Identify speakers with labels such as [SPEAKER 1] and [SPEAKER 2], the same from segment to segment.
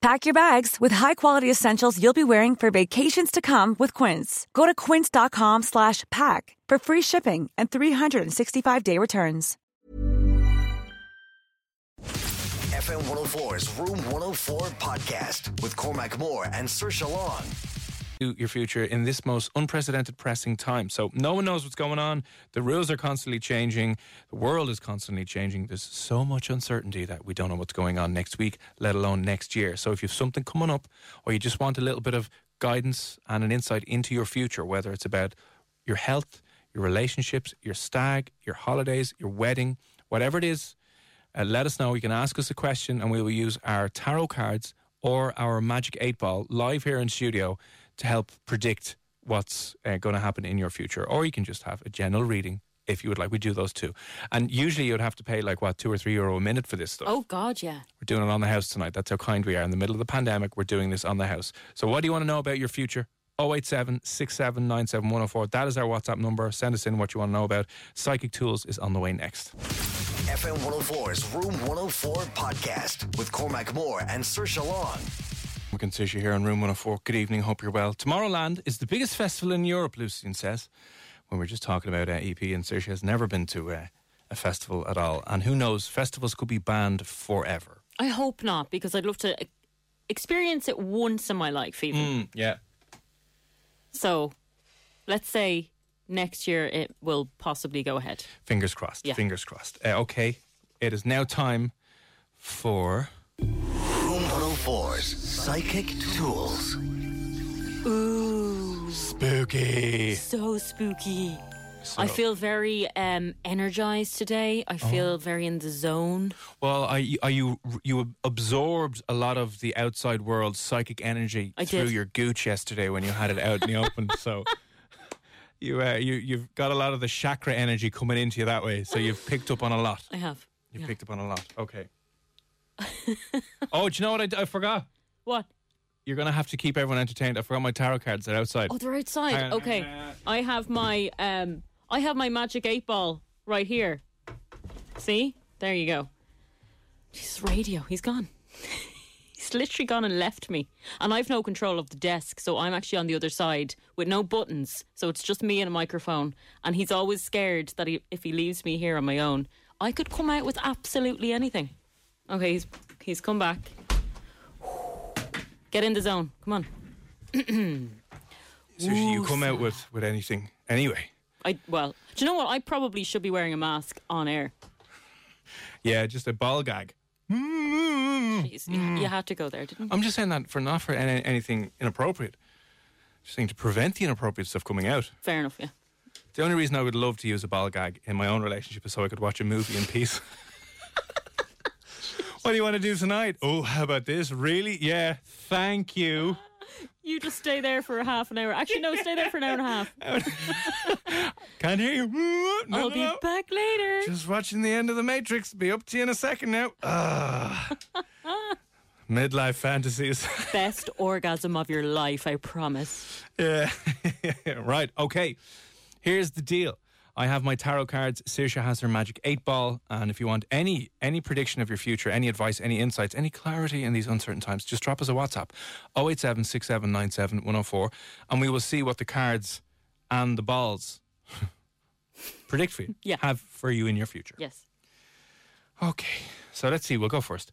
[SPEAKER 1] Pack your bags with high-quality essentials you'll be wearing for vacations to come with Quince. Go to quince.com slash pack for free shipping and 365-day returns.
[SPEAKER 2] FM 104's Room 104 podcast with Cormac Moore and Sir Long.
[SPEAKER 3] to your future in this most unprecedented pressing time. So no one knows what's going on. The rules are constantly changing. The world is constantly changing. There's so much uncertainty that we don't know what's going on next week, let alone next year. So if you've something coming up or you just want a little bit of guidance and an insight into your future, whether it's about your health, your relationships, your stag, your holidays, your wedding, whatever it is, uh, let us know. You can ask us a question, and we will use our tarot cards or our magic eight ball live here in studio to help predict what's uh, going to happen in your future. Or you can just have a general reading if you would like. We do those too, and usually you'd have to pay like what two or three euro a minute for this stuff.
[SPEAKER 4] Oh God, yeah.
[SPEAKER 3] We're doing it on the house tonight. That's how kind we are. In the middle of the pandemic, we're doing this on the house. So, what do you want to know about your future? 087 6797 104. That is our WhatsApp number. Send us in what you want to know about. Psychic Tools is on the way next.
[SPEAKER 2] FM 104's Room 104 podcast with Cormac Moore and Sir Long.
[SPEAKER 3] We can see you here in Room 104. Good evening. Hope you're well. Tomorrowland is the biggest festival in Europe, Lucian says. When we are just talking about uh, EP, and Saoirse has never been to uh, a festival at all. And who knows, festivals could be banned forever.
[SPEAKER 4] I hope not because I'd love to e- experience it once in my life, even.
[SPEAKER 3] yeah.
[SPEAKER 4] So, let's say next year it will possibly go ahead.
[SPEAKER 3] Fingers crossed.
[SPEAKER 4] Yeah.
[SPEAKER 3] Fingers crossed. Uh, okay, it is now time for.
[SPEAKER 2] Room 104's Psychic Tools.
[SPEAKER 4] Ooh,
[SPEAKER 3] Spooky.
[SPEAKER 4] so spooky. I feel very um, energized today. I feel very in the zone.
[SPEAKER 3] Well, are you, are you you absorbed a lot of the outside world's psychic energy
[SPEAKER 4] I
[SPEAKER 3] through
[SPEAKER 4] did.
[SPEAKER 3] your gooch yesterday when you had it out in the open. So you uh, you you've got a lot of the chakra energy coming into you that way. So you've picked up on a lot.
[SPEAKER 4] I have.
[SPEAKER 3] You have picked up on a lot. Okay. oh, do you know what I, d- I forgot?
[SPEAKER 4] What?
[SPEAKER 3] You're gonna have to keep everyone entertained. I forgot my tarot cards. They're outside.
[SPEAKER 4] Oh, they're
[SPEAKER 3] Hang
[SPEAKER 4] outside.
[SPEAKER 3] on.
[SPEAKER 4] Okay. I have my um I have my magic eight ball right here. See? There you go. Jesus radio, he's gone. he's literally gone and left me. And I've no control of the desk, so I'm actually on the other side with no buttons. So it's just me and a microphone. And he's always scared that he, if he leaves me here on my own, I could come out with absolutely anything. Okay, he's he's come back. Get in the zone. Come on.
[SPEAKER 3] So you come out with with anything anyway.
[SPEAKER 4] I well, do you know what? I probably should be wearing a mask on air.
[SPEAKER 3] Yeah, just a ball gag.
[SPEAKER 4] Jeez, you- You had to go there, didn't you?
[SPEAKER 3] I'm just saying that for not for any, anything inappropriate. Just saying to prevent the inappropriate stuff coming out.
[SPEAKER 4] Fair enough, yeah.
[SPEAKER 3] The only reason I would love to use a ball gag in my own relationship is so I could watch a movie in peace. what do you want to do tonight? Oh, how about this? Really? Yeah. Thank you.
[SPEAKER 4] You just stay there for a half an hour. Actually, no, stay there for an hour and a half.
[SPEAKER 3] Can't hear you. No,
[SPEAKER 4] I'll
[SPEAKER 3] no,
[SPEAKER 4] be
[SPEAKER 3] no.
[SPEAKER 4] back later.
[SPEAKER 3] Just watching the end of the Matrix. Be up to you in a second now. Ah. Midlife fantasies.
[SPEAKER 4] Best orgasm of your life, I promise.
[SPEAKER 3] Yeah. right. Okay. Here's the deal. I have my tarot cards. Sirsha has her magic eight ball, and if you want any any prediction of your future, any advice, any insights, any clarity in these uncertain times, just drop us a WhatsApp 087-6797-104, and we will see what the cards and the balls predict for you.
[SPEAKER 4] Yeah.
[SPEAKER 3] Have for you in your future.
[SPEAKER 4] Yes.
[SPEAKER 3] Okay, so let's see. We'll go first.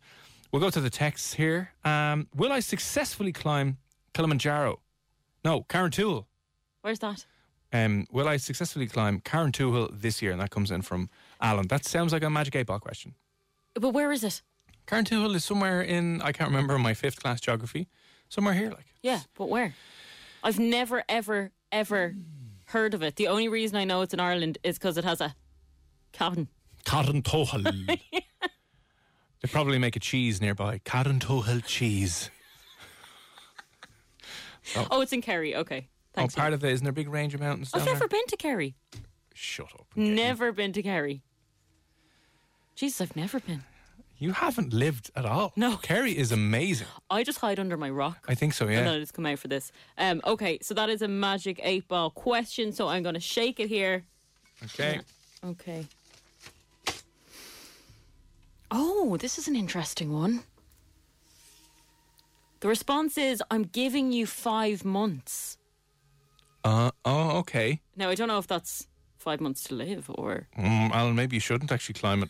[SPEAKER 3] We'll go to the texts here. Um, will I successfully climb Kilimanjaro? No, Carantoul.
[SPEAKER 4] Where's that?
[SPEAKER 3] Uh, Um, will I successfully climb Karen Tuhill this year? And that comes in from Alan. That sounds like a magic eight ball question.
[SPEAKER 4] But where is it?
[SPEAKER 3] Karen Tuhill is somewhere in I can't remember my fifth class geography, somewhere here. Like
[SPEAKER 4] Yeah, but where? I've never, ever, ever heard of it. The only reason I know it's in Ireland is because it has a cotton.
[SPEAKER 3] Karen Tuhill. they probably make a cheese nearby. Karen Tuhill cheese.
[SPEAKER 4] Oh, it's in Kerry. Okay, thanks. Oh,
[SPEAKER 3] oh, part of it isn't there a big range of mountains?
[SPEAKER 4] I've
[SPEAKER 3] down
[SPEAKER 4] never
[SPEAKER 3] there?
[SPEAKER 4] been to Kerry.
[SPEAKER 3] Shut up.
[SPEAKER 4] Never been to Kerry. Jesus, I've never been.
[SPEAKER 3] You haven't lived at all.
[SPEAKER 4] No.
[SPEAKER 3] Kerry is amazing.
[SPEAKER 4] I just hide under my rock.
[SPEAKER 3] I think so. Yeah.
[SPEAKER 4] And I'll just come out for this. Um, okay, so that is a magic eight ball question. So I'm going to shake it here.
[SPEAKER 3] Okay.
[SPEAKER 4] Okay. Oh, this is an interesting one. The response is I'm giving you five months.
[SPEAKER 3] Uh, oh, okay.
[SPEAKER 4] Now, I don't know if that's five months to live or.
[SPEAKER 3] Mm, Alan, maybe you shouldn't actually climb it.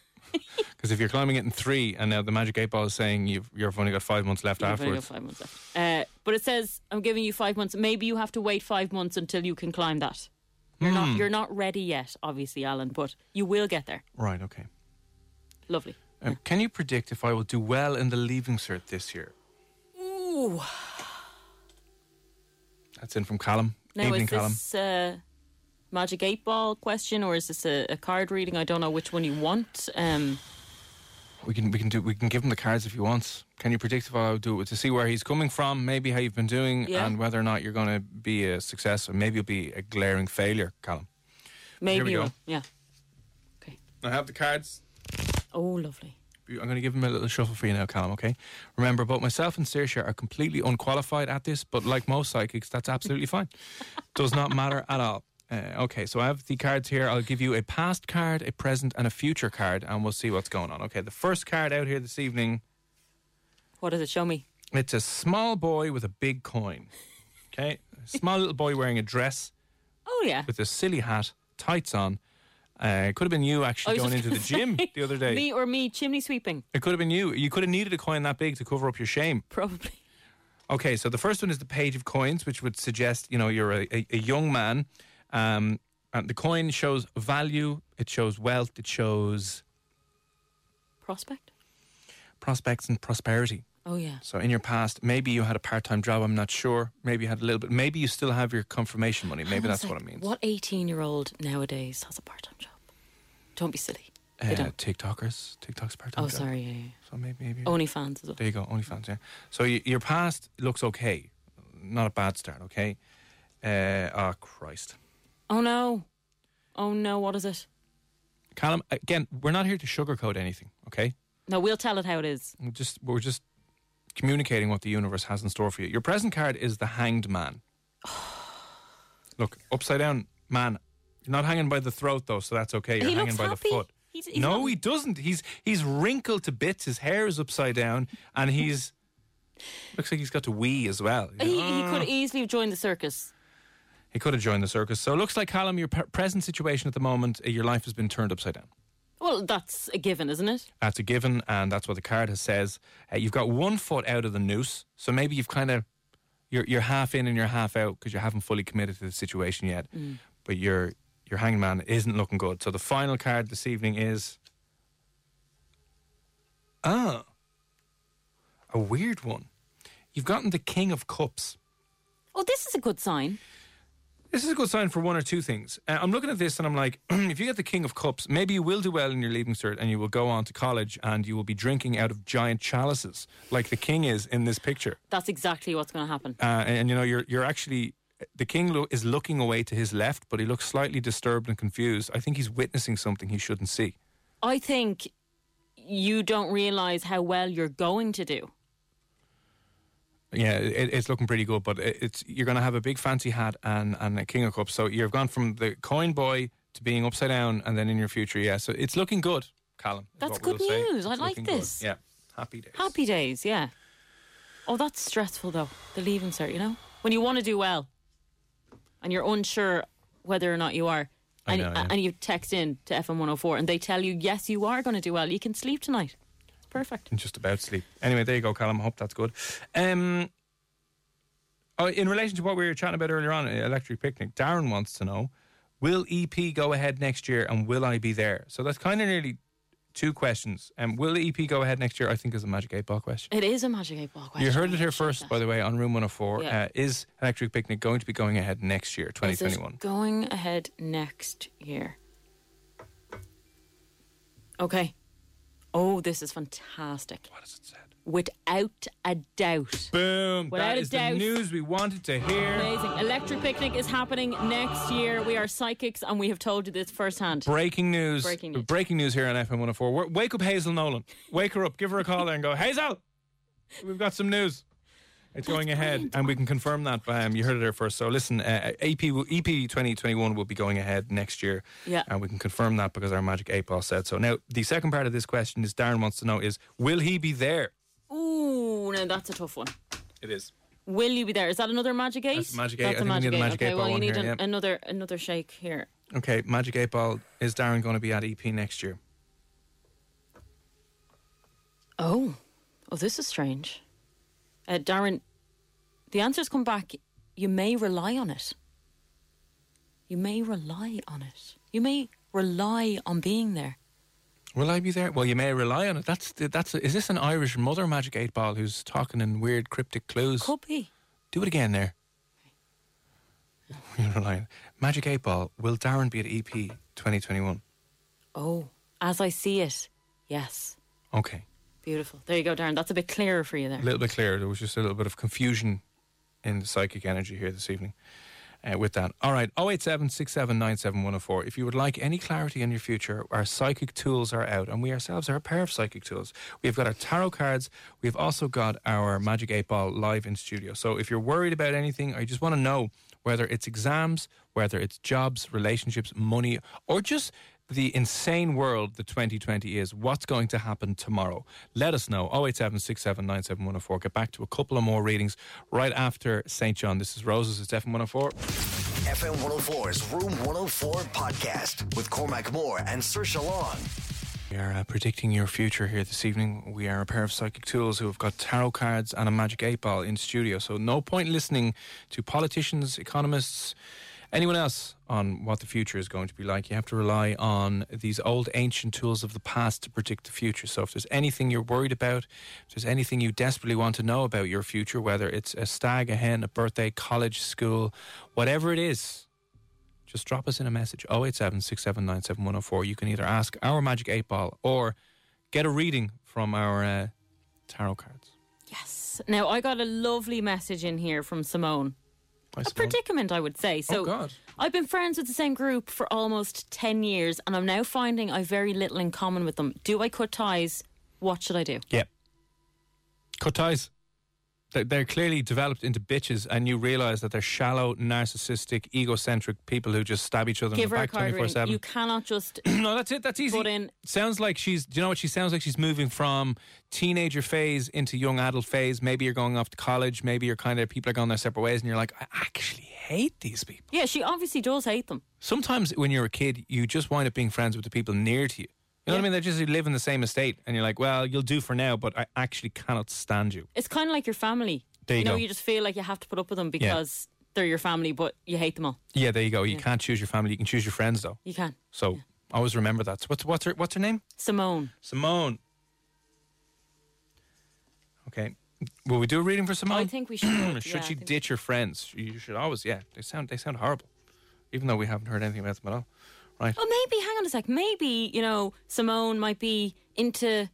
[SPEAKER 3] Because if you're climbing it in three and now the magic eight ball is saying you've, you've only got five months left
[SPEAKER 4] I've only got
[SPEAKER 3] afterwards.
[SPEAKER 4] five months left. Uh, but it says I'm giving you five months. Maybe you have to wait five months until you can climb that. You're
[SPEAKER 3] Hmm.
[SPEAKER 4] not you're not ready yet, obviously, Alan, but you will get there.
[SPEAKER 3] Right, okay.
[SPEAKER 4] Lovely.
[SPEAKER 3] Um, can you predict if I will do well in the leaving cert this year?
[SPEAKER 4] Ooh.
[SPEAKER 3] That's in from Callum.
[SPEAKER 4] Now
[SPEAKER 3] Evening,
[SPEAKER 4] is
[SPEAKER 3] Callum.
[SPEAKER 4] this uh, magic eight ball question or is this a, a card reading? I don't know which one you want. Um,
[SPEAKER 3] We can we can do we can give him the cards if he wants. Can you predict if I will do it to see where he's coming from, maybe how you've been doing,
[SPEAKER 4] Yeah.
[SPEAKER 3] and whether or not you're going to be a success, or maybe you'll be a glaring failure, Callum.
[SPEAKER 4] maybe
[SPEAKER 3] we
[SPEAKER 4] you
[SPEAKER 3] go.
[SPEAKER 4] will. Yeah. Okay.
[SPEAKER 3] I have the cards.
[SPEAKER 4] Oh, lovely.
[SPEAKER 3] I'm going to give him a little shuffle for you now, Callum, okay? Remember, both myself and Saoirse are completely unqualified at this, but like most psychics, that's absolutely fine. Does not matter at all. Uh, okay, so I have the cards here. I'll give you a past card, a present, and a future card, and we'll see what's going on. Okay, the first card out here this evening,
[SPEAKER 4] What does it show me?
[SPEAKER 3] it's a small boy with a big coin. Okay? A small little boy wearing a dress
[SPEAKER 4] Oh yeah.
[SPEAKER 3] with a silly hat, tights on. Uh, it could have been you
[SPEAKER 4] I
[SPEAKER 3] actually
[SPEAKER 4] was
[SPEAKER 3] going
[SPEAKER 4] just
[SPEAKER 3] into the
[SPEAKER 4] gonna
[SPEAKER 3] gym
[SPEAKER 4] say,
[SPEAKER 3] the other day.
[SPEAKER 4] Me or me chimney sweeping,
[SPEAKER 3] It could have been you. You could have needed a coin that big to cover up your shame.
[SPEAKER 4] probably.
[SPEAKER 3] Okay, so the first one is the page of coins, which would suggest you know you're a, a, a young man, um, and the coin shows value, it shows wealth, it shows
[SPEAKER 4] Prospect?
[SPEAKER 3] prospects and prosperity.
[SPEAKER 4] Oh yeah.
[SPEAKER 3] So in your past, maybe you had a part-time job. I'm not sure. Maybe you had a little bit. Maybe you still have your confirmation money. Maybe
[SPEAKER 4] I
[SPEAKER 3] that's
[SPEAKER 4] was
[SPEAKER 3] what
[SPEAKER 4] like,
[SPEAKER 3] it means.
[SPEAKER 4] What 18 year old nowadays has a part time job? Don't be silly.
[SPEAKER 3] Uh,
[SPEAKER 4] They don't.
[SPEAKER 3] TikTokers, TikTok's part-time.
[SPEAKER 4] Oh,
[SPEAKER 3] job.
[SPEAKER 4] sorry. Oh. Yeah, yeah.
[SPEAKER 3] So maybe, maybe
[SPEAKER 4] Only fans as well.
[SPEAKER 3] There you go, OnlyFans. Yeah. So y- your past looks okay, not a bad start. Okay. Uh, oh Christ,
[SPEAKER 4] Oh, no. Oh, no. What is it?
[SPEAKER 3] Callum. Again, we're not here to sugarcoat anything. Okay.
[SPEAKER 4] No, we'll tell it how it is.
[SPEAKER 3] We're just we're just communicating what the universe has in store for you. Your present card is the Hanged Man. Look, upside down man. You're not hanging by the throat though, so that's okay. You're
[SPEAKER 4] He
[SPEAKER 3] hanging
[SPEAKER 4] looks
[SPEAKER 3] by
[SPEAKER 4] happy.
[SPEAKER 3] the foot.
[SPEAKER 4] He's- he's
[SPEAKER 3] no,
[SPEAKER 4] not-
[SPEAKER 3] he doesn't. He's he's wrinkled to bits. His hair is upside down, and he's looks like he's got to wee as well. You know?
[SPEAKER 4] He, he could easily have joined the circus.
[SPEAKER 3] He could have joined the circus. So it looks like Callum, your p- present situation at the moment, uh, your life has been turned upside down.
[SPEAKER 4] Well, that's a given, isn't it?
[SPEAKER 3] That's a given, and that's what the card has says. Uh, you've got one foot out of the noose, so maybe you've kind of you're you're half in and you're half out because you haven't fully committed to the situation yet. But your your hanging man isn't looking good. So the final card this evening is ah a weird one. You've gotten the King of Cups.
[SPEAKER 4] Oh, this is a good sign.
[SPEAKER 3] This is a good sign for one or two things. Uh, I'm looking at this and I'm like, if you get the King of Cups, maybe you will do well in your leaving cert and you will go on to college and you will be drinking out of giant chalices like the King is in this picture.
[SPEAKER 4] That's exactly what's going to happen.
[SPEAKER 3] Uh, and, you know, you're, you're actually, the King lo- is looking away to his left, but he looks slightly disturbed and confused. I think he's witnessing something he shouldn't see.
[SPEAKER 4] I think you don't realize how well you're going to do.
[SPEAKER 3] Yeah, it, it's looking pretty good, but it, it's you're going to have a big fancy hat and, and a king of cups. So you've gone from the coin boy to being upside down, and then in your future, yeah. So it's looking good, Callum. is
[SPEAKER 4] That's
[SPEAKER 3] what we'll
[SPEAKER 4] good
[SPEAKER 3] say.
[SPEAKER 4] news.
[SPEAKER 3] It's
[SPEAKER 4] I like
[SPEAKER 3] looking good.
[SPEAKER 4] this.
[SPEAKER 3] Yeah, happy days.
[SPEAKER 4] Happy days, yeah. Oh, that's stressful though. The leaving cert, you know, when you want to do well, and you're unsure whether or not you are,
[SPEAKER 3] I
[SPEAKER 4] and,
[SPEAKER 3] know, yeah.
[SPEAKER 4] and you text in to FM 104, and they tell you, yes, you are going to do well. You can sleep tonight. It's perfect.
[SPEAKER 3] And just about sleep. Anyway, there you go, Callum. Hope that's good. Um, Oh, in relation to what we were chatting about earlier on, uh, Electric Picnic, Darren wants to know Will EP go ahead next year and will I be there? So that's kind of nearly two questions. Um, will EP go ahead next year? I think is a Magic 8 Ball question.
[SPEAKER 4] It is a Magic 8 Ball question.
[SPEAKER 3] You heard it here
[SPEAKER 4] I should
[SPEAKER 3] first,
[SPEAKER 4] have-
[SPEAKER 3] by the way, on Room 104.
[SPEAKER 4] Yeah.
[SPEAKER 3] Uh, is Electric Picnic going to be going ahead next year,
[SPEAKER 4] Is it
[SPEAKER 3] 2021?
[SPEAKER 4] Going ahead next year. Okay. Oh, this is fantastic.
[SPEAKER 3] What has it said?
[SPEAKER 4] Without a doubt.
[SPEAKER 3] Boom!
[SPEAKER 4] Without
[SPEAKER 3] that
[SPEAKER 4] a
[SPEAKER 3] is
[SPEAKER 4] doubt.
[SPEAKER 3] the news we wanted to hear.
[SPEAKER 4] Amazing. Electric Picnic is happening next year. We are psychics and we have told you this firsthand.
[SPEAKER 3] Breaking news.
[SPEAKER 4] Breaking news.
[SPEAKER 3] here on FM 104. Wa- oh Wake up Hazel Nolan. Wake her up. Give her a call there and go, Hazel, we've got some news. It's going ahead, and we can confirm that. Um, you heard it there first. So listen, uh, AP will, EP 2021 will be going ahead next year,
[SPEAKER 4] Yeah.
[SPEAKER 3] and we can confirm that because our magic eight ball said so. Now, the second part of this question is Darren wants to know is will he be there?
[SPEAKER 4] Ooh, now that's a tough one.
[SPEAKER 3] It is.
[SPEAKER 4] Will you be there? Is that another Magic 8?
[SPEAKER 3] That's a Magic Eight. I think we need a Magic
[SPEAKER 4] okay,
[SPEAKER 3] Eight
[SPEAKER 4] well,
[SPEAKER 3] ball
[SPEAKER 4] you
[SPEAKER 3] one
[SPEAKER 4] need
[SPEAKER 3] here,
[SPEAKER 4] an,
[SPEAKER 3] yeah.
[SPEAKER 4] another, another shake here.
[SPEAKER 3] Okay, magic eight ball. Is Darren going to be at EP next year?
[SPEAKER 4] Oh, oh, this is strange. Uh, Darren, the answers come back. You may rely on it. You may rely on it. You may rely on being there.
[SPEAKER 3] Will I be there? Well, you may rely on it. That's that's. Is this an Irish mother magic eight ball who's talking in weird cryptic clues?
[SPEAKER 4] Could be.
[SPEAKER 3] Do it again there. You're relying. Magic eight ball. Will Darren be at E EP 2021?
[SPEAKER 4] Oh, as I see it, yes.
[SPEAKER 3] Okay,
[SPEAKER 4] Beautiful. There you go, Darren. That's a bit clearer for you there.
[SPEAKER 3] a little bit clearer. There was just a little bit of confusion in the psychic energy here this evening. Uh, with that, all right. Oh eight seven six seven nine seven one zero four. If you would like any clarity on your future, our psychic tools are out, and we ourselves are a pair of psychic tools. We've got our tarot cards. We've also got our magic eight ball live in studio. So if you're worried about anything, or you just want to know whether it's exams, whether it's jobs, relationships, money, or just the insane world that 2020 is, what's going to happen tomorrow? Let us know. 087 Get back to a couple of more readings right after St. John. This is Roses. It's FM104.
[SPEAKER 2] FM 104's Room 104 podcast with Cormac Moore and Sir Long.
[SPEAKER 3] We are uh, predicting your future here this evening. We are a pair of psychic tools who have got tarot cards and a magic eight ball in studio. So no point listening to politicians, economists, anyone else on what the future is going to be like. You have to rely on these old ancient tools of the past to predict the future. So if there's anything you're worried about, if there's anything you desperately want to know about your future, whether it's a stag, a hen, a birthday, college, school, whatever it is, just drop us in a message 087 679 7104. You can either ask our Magic 8 Ball or get a reading from our uh, tarot cards.
[SPEAKER 4] Yes. Now, I got a lovely message in here from Simone.
[SPEAKER 3] I
[SPEAKER 4] a
[SPEAKER 3] suppose.
[SPEAKER 4] predicament, I would say. So,
[SPEAKER 3] Oh, God.
[SPEAKER 4] I've been friends with the same group for almost 10 years, and I'm now finding I've very little in common with them. Do I cut ties? What should I do?
[SPEAKER 3] Yeah. Cut ties. They- They're clearly developed into bitches, and you realize that they're shallow, narcissistic, egocentric people who just stab each other
[SPEAKER 4] Give
[SPEAKER 3] in
[SPEAKER 4] her
[SPEAKER 3] the
[SPEAKER 4] a
[SPEAKER 3] back
[SPEAKER 4] card
[SPEAKER 3] 24
[SPEAKER 4] reading.
[SPEAKER 3] 7.
[SPEAKER 4] You cannot just.
[SPEAKER 3] no, that's it. That's easy.
[SPEAKER 4] Put in-
[SPEAKER 3] sounds like she's. Do you know what she sounds like? She's moving from teenager phase into young adult phase. Maybe you're going off to college. Maybe you're kind of people are going their separate ways, and you're like, I actually hate these people.
[SPEAKER 4] Yeah, she obviously does hate them.
[SPEAKER 3] sometimes when you're a kid, you just wind up being friends with the people near to you. You know what I mean? They just live in the same estate, and you're like, well, you'll do for now, but I actually cannot stand you.
[SPEAKER 4] It's kind of like your family.
[SPEAKER 3] There you
[SPEAKER 4] know,
[SPEAKER 3] go.
[SPEAKER 4] you just feel like you have to put up with them because they're your family, but you hate them all.
[SPEAKER 3] Yeah, there you go. You can't choose your family. You can choose your friends, though.
[SPEAKER 4] You can.
[SPEAKER 3] So always remember that. So what's what's her what's her name?
[SPEAKER 4] Simone.
[SPEAKER 3] Simone. Okay. Will we do a reading for Simone?
[SPEAKER 4] I think we should. Yeah,
[SPEAKER 3] Um, should
[SPEAKER 4] I
[SPEAKER 3] she
[SPEAKER 4] think-
[SPEAKER 3] ditch her friends? You should always. Yeah, they sound they sound horrible, even though we haven't heard anything about them at all. Right.
[SPEAKER 4] Oh, maybe, hang on a sec. Maybe, you know, Simone might be into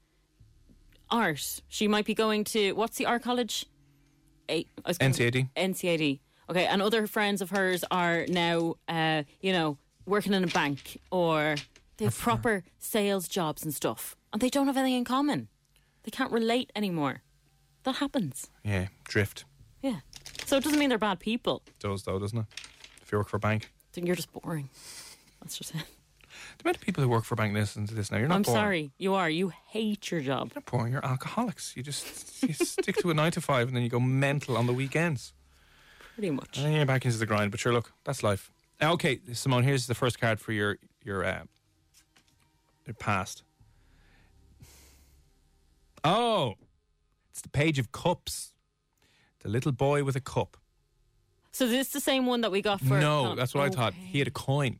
[SPEAKER 4] art. She might be going to, what's the art college? A, I was gonna-
[SPEAKER 3] NCAD.
[SPEAKER 4] NCAD. Okay, and other friends of hers are now, uh, you know, working in a bank or they have proper sales jobs and stuff. And they don't have anything in common. They can't relate anymore. That happens.
[SPEAKER 3] Yeah, drift
[SPEAKER 4] Yeah. So it doesn't mean they're bad people.
[SPEAKER 3] does though, doesn't it? If you work for a bank.
[SPEAKER 4] Then You're just boring. That's just it.
[SPEAKER 3] The amount of people who work for a bank listen to this now. You're not
[SPEAKER 4] I'm
[SPEAKER 3] boring.
[SPEAKER 4] sorry. You are. You hate your job.
[SPEAKER 3] You're not boring. You're alcoholics. You just you stick to a nine to five and then you go mental on the weekends.
[SPEAKER 4] Pretty much.
[SPEAKER 3] And then you're back into the grind. But sure, look, that's life. Uh, Okay, Simone, here's the first card for your your uh, your past. Oh, it's the page of cups. The little boy with a cup.
[SPEAKER 4] So this is the same one that we got for.
[SPEAKER 3] No,
[SPEAKER 4] Con-
[SPEAKER 3] that's what I thought.
[SPEAKER 4] Okay.
[SPEAKER 3] He had a coin.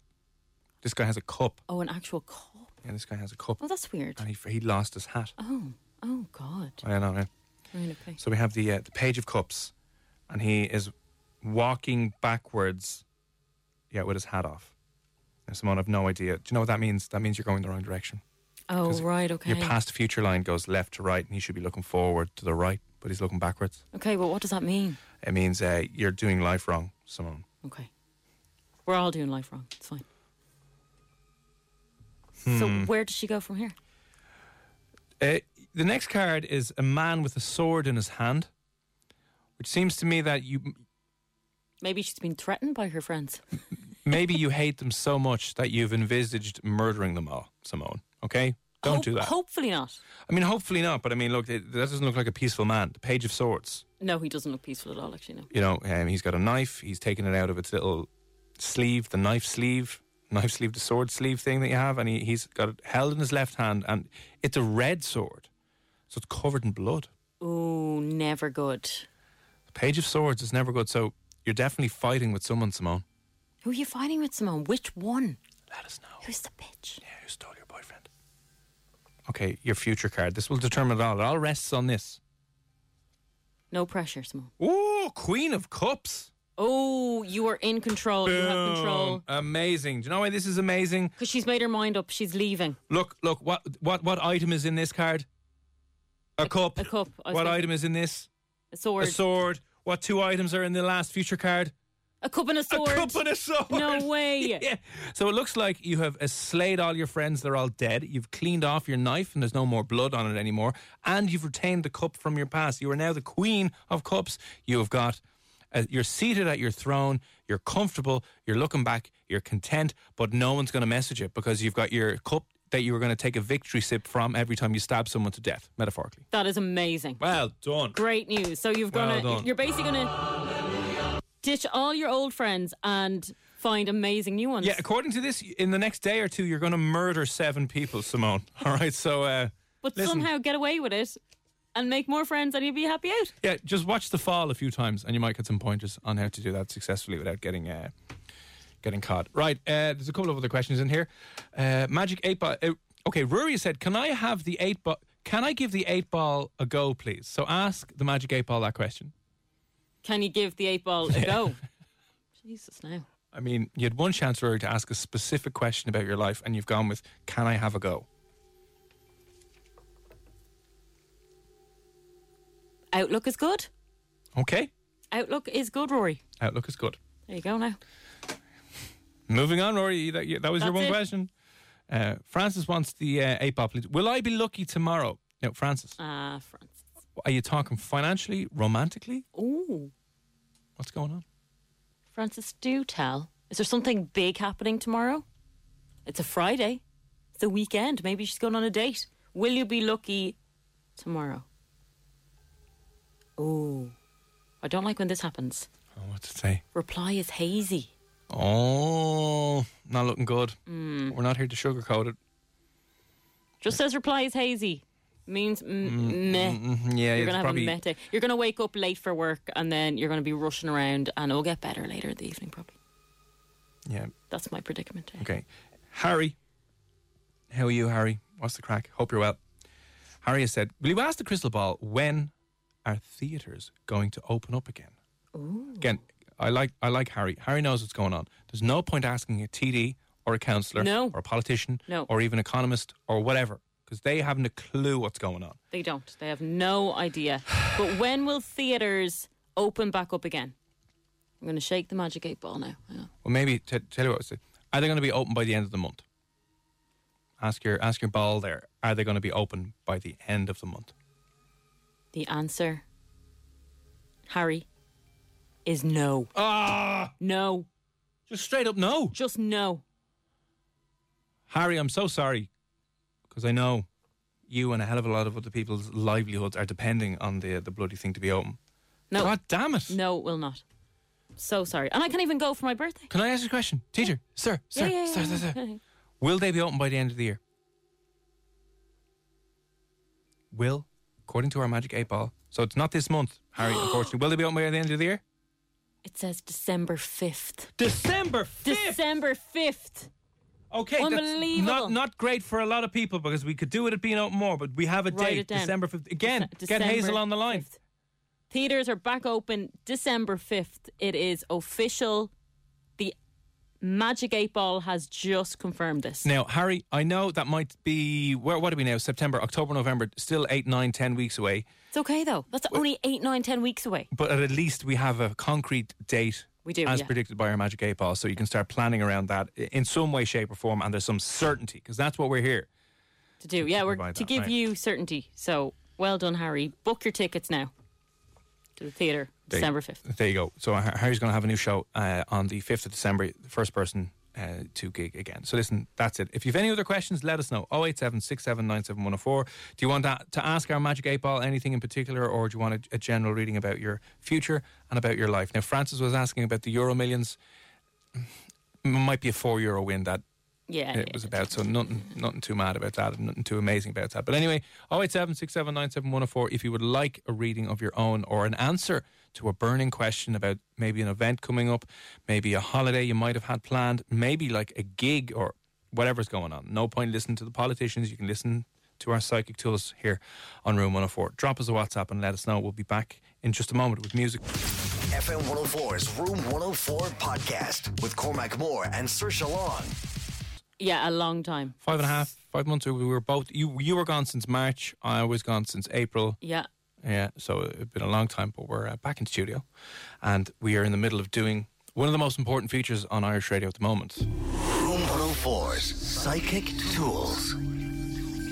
[SPEAKER 3] This guy has a cup.
[SPEAKER 4] Oh, an actual cup.
[SPEAKER 3] Yeah, this guy has a cup.
[SPEAKER 4] Oh, that's weird.
[SPEAKER 3] And he, he lost his hat.
[SPEAKER 4] Oh, oh God.
[SPEAKER 3] I don't know.
[SPEAKER 4] Right, okay.
[SPEAKER 3] So we have the uh, the page of cups, and he is walking backwards, yeah, with his hat off. And Simone, I've no idea. Do you know what that means? That means you're going the wrong direction.
[SPEAKER 4] Oh,
[SPEAKER 3] 'Cause
[SPEAKER 4] right. Okay.
[SPEAKER 3] Your past future line goes left to right, and he should be looking forward to the right, but he's looking backwards.
[SPEAKER 4] Okay, but what does that mean?
[SPEAKER 3] It means uh, you're doing life wrong, Simone.
[SPEAKER 4] Okay. We're all doing life wrong. It's fine. So
[SPEAKER 3] Hmm.
[SPEAKER 4] where does she go from here?
[SPEAKER 3] Uh, the next card is a man with a sword in his hand, which seems to me that you
[SPEAKER 4] Maybe she's been threatened by her friends.
[SPEAKER 3] maybe you hate them so much that you've envisaged murdering them all, Simone. Okay, don't
[SPEAKER 4] Hope-
[SPEAKER 3] do that.
[SPEAKER 4] Hopefully not.
[SPEAKER 3] I mean, hopefully not. But I mean, look, it, that doesn't look like a peaceful man. The Page of Swords.
[SPEAKER 4] No, he doesn't look peaceful at all. Actually, no.
[SPEAKER 3] You know, um, he's got a knife. He's taken it out of its little sleeve, the knife sleeve, knife sleeve, the sword sleeve thing that you have, and he, he's got it held in his left hand, and it's a red sword, so it's covered in blood.
[SPEAKER 4] Oh, never good.
[SPEAKER 3] The Page of Swords is never good. So you're definitely fighting with someone, Simone.
[SPEAKER 4] Who are you fighting with, Simone? Which one?
[SPEAKER 3] Let us know.
[SPEAKER 4] Who's the bitch?
[SPEAKER 3] Yeah, who stole your boyfriend? Okay, your future card. This will determine it all. It all rests on this.
[SPEAKER 4] No pressure, Simone.
[SPEAKER 3] Ooh, Queen of Cups.
[SPEAKER 4] Oh, you are in control. You have control.
[SPEAKER 3] Boom. Amazing. Do you know why this is amazing?
[SPEAKER 4] Because she's made her mind up. She's leaving.
[SPEAKER 3] Look, look, what what what item is in this card? A, cup.
[SPEAKER 4] a cup. I
[SPEAKER 3] What
[SPEAKER 4] was thinking-
[SPEAKER 3] item is in this?
[SPEAKER 4] A sword.
[SPEAKER 3] A sword. What two items are in the last future card?
[SPEAKER 4] A cup and a sword.
[SPEAKER 3] A cup and a sword.
[SPEAKER 4] No way.
[SPEAKER 3] yeah. So it looks like you have uh, slayed all your friends. They're all dead. You've cleaned off your knife and there's no more blood on it anymore. And you've retained the cup from your past. You are now the queen of cups. You have got. Uh, you're seated at your throne. You're comfortable. You're looking back. You're content. But no one's going to message it because you've got your cup that you were going to take a victory sip from every time you stab someone to death, metaphorically.
[SPEAKER 4] That is amazing.
[SPEAKER 3] Well done.
[SPEAKER 4] Great news. So you've
[SPEAKER 3] Well
[SPEAKER 4] gonna
[SPEAKER 3] done.
[SPEAKER 4] you're basically gonna ditch all your old friends and find amazing new ones.
[SPEAKER 3] Yeah, according to this, in the next day or two, you're going to murder seven people, Simone. All right, so uh,
[SPEAKER 4] but
[SPEAKER 3] listen.
[SPEAKER 4] somehow get away with it and make more friends and you'll be happy out.
[SPEAKER 3] yeah, just watch the fall a few times, and you might get some pointers on how to do that successfully without getting uh, getting caught. Right, uh, there's a couple of other questions in here. Uh, Magic eight ball. Uh, okay, Rory said, "Can I have the eight ball? Can I give the eight ball a go, please?" So ask the Magic eight ball that question.
[SPEAKER 4] Can you give the eight ball a go? Jesus now.
[SPEAKER 3] I mean, you had one chance, Rory, to ask a specific question about your life, and you've gone with, "Can I have a go?"
[SPEAKER 4] Outlook is good.
[SPEAKER 3] Okay,
[SPEAKER 4] Outlook is good, Rory.
[SPEAKER 3] outlook is good.
[SPEAKER 4] There you go now.
[SPEAKER 3] Moving on, Rory. That, you- that was your
[SPEAKER 4] That's
[SPEAKER 3] one
[SPEAKER 4] it.
[SPEAKER 3] question. Uh, Francis wants the uh, eight ball, please. Will I be lucky tomorrow? No, Francis.
[SPEAKER 4] Ah, friends.
[SPEAKER 3] Are you talking financially, romantically?
[SPEAKER 4] Ooh.
[SPEAKER 3] What's going on?
[SPEAKER 4] Francis, do tell. Is there something big happening tomorrow? It's a Friday. It's a weekend. Maybe she's going on a date. Will you be lucky tomorrow? Oh, I don't like when this happens.
[SPEAKER 3] Oh, what's it say?
[SPEAKER 4] Reply is hazy.
[SPEAKER 3] Oh, not looking good.
[SPEAKER 4] Mm.
[SPEAKER 3] We're not here to sugarcoat it.
[SPEAKER 4] Just says reply is hazy. Means m- meh.
[SPEAKER 3] Mhm, Yeah,
[SPEAKER 4] You're
[SPEAKER 3] it's
[SPEAKER 4] going to have
[SPEAKER 3] probably.
[SPEAKER 4] a meh day. You're going to wake up late for work and then you're going to be rushing around and it'll get better later in the evening, probably.
[SPEAKER 3] Yeah,
[SPEAKER 4] That's my predicament. eh?
[SPEAKER 3] okay. Harry, how are you, Harry? What's the crack? Hope you're well. Harry has said, "Will you ask the crystal ball when are theaters going to open up again?" Again, I like I like Harry. Harry knows what's going on. There's no point asking a TD or a counsellor,
[SPEAKER 4] No.
[SPEAKER 3] or a politician,
[SPEAKER 4] No.
[SPEAKER 3] or even economist or whatever, because they haven't a clue what's going on.
[SPEAKER 4] They don't. They have no idea. but when will theatres open back up again? I'm going to shake the magic eight ball now. Hang on.
[SPEAKER 3] Well, maybe t- tell you what. I said. Are they going to be open by the end of the month? Ask your ask your ball there. Are they going to be open by the end of the month?
[SPEAKER 4] The answer, Harry, is no.
[SPEAKER 3] Ah,
[SPEAKER 4] No.
[SPEAKER 3] just straight up no,
[SPEAKER 4] Just no.
[SPEAKER 3] Harry. I'm so sorry, because I know you and a hell of a lot of other people's livelihoods are depending on the the bloody thing to be open.
[SPEAKER 4] No.
[SPEAKER 3] God damn it.
[SPEAKER 4] No, it will not. So sorry. And I can't even go for my birthday.
[SPEAKER 3] Can I ask you a question, teacher? Sir, sir,
[SPEAKER 4] Yeah, yeah,
[SPEAKER 3] sir,
[SPEAKER 4] yeah,
[SPEAKER 3] sir,
[SPEAKER 4] yeah.
[SPEAKER 3] sir. Will they be open by the end of the year? Will, according to our magic eight ball, so it's not this month, Harry. unfortunately, will they be open by the end of the year?
[SPEAKER 4] It says December 5th.
[SPEAKER 3] December 5th.
[SPEAKER 4] December 5th.
[SPEAKER 3] Okay, that's
[SPEAKER 4] Unbelievable.
[SPEAKER 3] not not great for a lot of people because we could do it at Beano more, but we have a
[SPEAKER 4] Write
[SPEAKER 3] date,
[SPEAKER 4] it down.
[SPEAKER 3] December fifth. Again,
[SPEAKER 4] Dece-
[SPEAKER 3] get Hazel
[SPEAKER 4] December
[SPEAKER 3] on the line.
[SPEAKER 4] 5th. Theaters are back open December 5th. It is official. The Magic 8 Ball has just confirmed this.
[SPEAKER 3] Now, Harry, I know that might be where what are we now? September, October, November, still eight, nine, ten weeks away.
[SPEAKER 4] It's okay though. That's only eight, nine, ten weeks away.
[SPEAKER 3] But at least we have a concrete date
[SPEAKER 4] We do,
[SPEAKER 3] as
[SPEAKER 4] yeah.
[SPEAKER 3] predicted by our magic eight ball, so you can start planning around that i- in some way, shape, or form, and there's some certainty because that's what we're here.
[SPEAKER 4] to do. Yeah, we're
[SPEAKER 3] provide
[SPEAKER 4] to
[SPEAKER 3] that,
[SPEAKER 4] give
[SPEAKER 3] right.
[SPEAKER 4] you certainty. So well done, Harry. Book your tickets now to the theatre,
[SPEAKER 3] There-
[SPEAKER 4] December fifth.
[SPEAKER 3] There you go. So Ha- Harry's going to have a new show uh, on the fifth of December. The first person uh, to gig again. So listen, that's it. If you've any other questions, let us know. 087 Do you want that, to ask our Magic Eight Ball anything in particular, or do you want a, a general reading about your future and about your life? Now, Francis was asking about the Euro Millions. M- Might be a four euro win that
[SPEAKER 4] Yeah,
[SPEAKER 3] it was about. So nothing, nothing too mad about that, and nothing too amazing about that. But anyway, 087 If you would like a reading of your own or an answer to a burning question about maybe an event coming up, maybe a holiday you might have had planned, maybe like a gig or whatever's going on. No point listening to the politicians. You can listen to our psychic tools here on Room 104. Drop us a WhatsApp and let us know. We'll be back in just a moment with music.
[SPEAKER 2] FM 104's Room 104 podcast with Cormac Moore and Sir Long.
[SPEAKER 4] yeah, a long time.
[SPEAKER 3] Five and a half, five months. We were both. You you were gone since March. I was gone since April.
[SPEAKER 4] Yeah,
[SPEAKER 3] Yeah, so it's been a long time, but we're uh, back in studio, and we are in the middle of doing one of the most important features on Irish radio at the moment.
[SPEAKER 2] Room 104's Psychic Tools.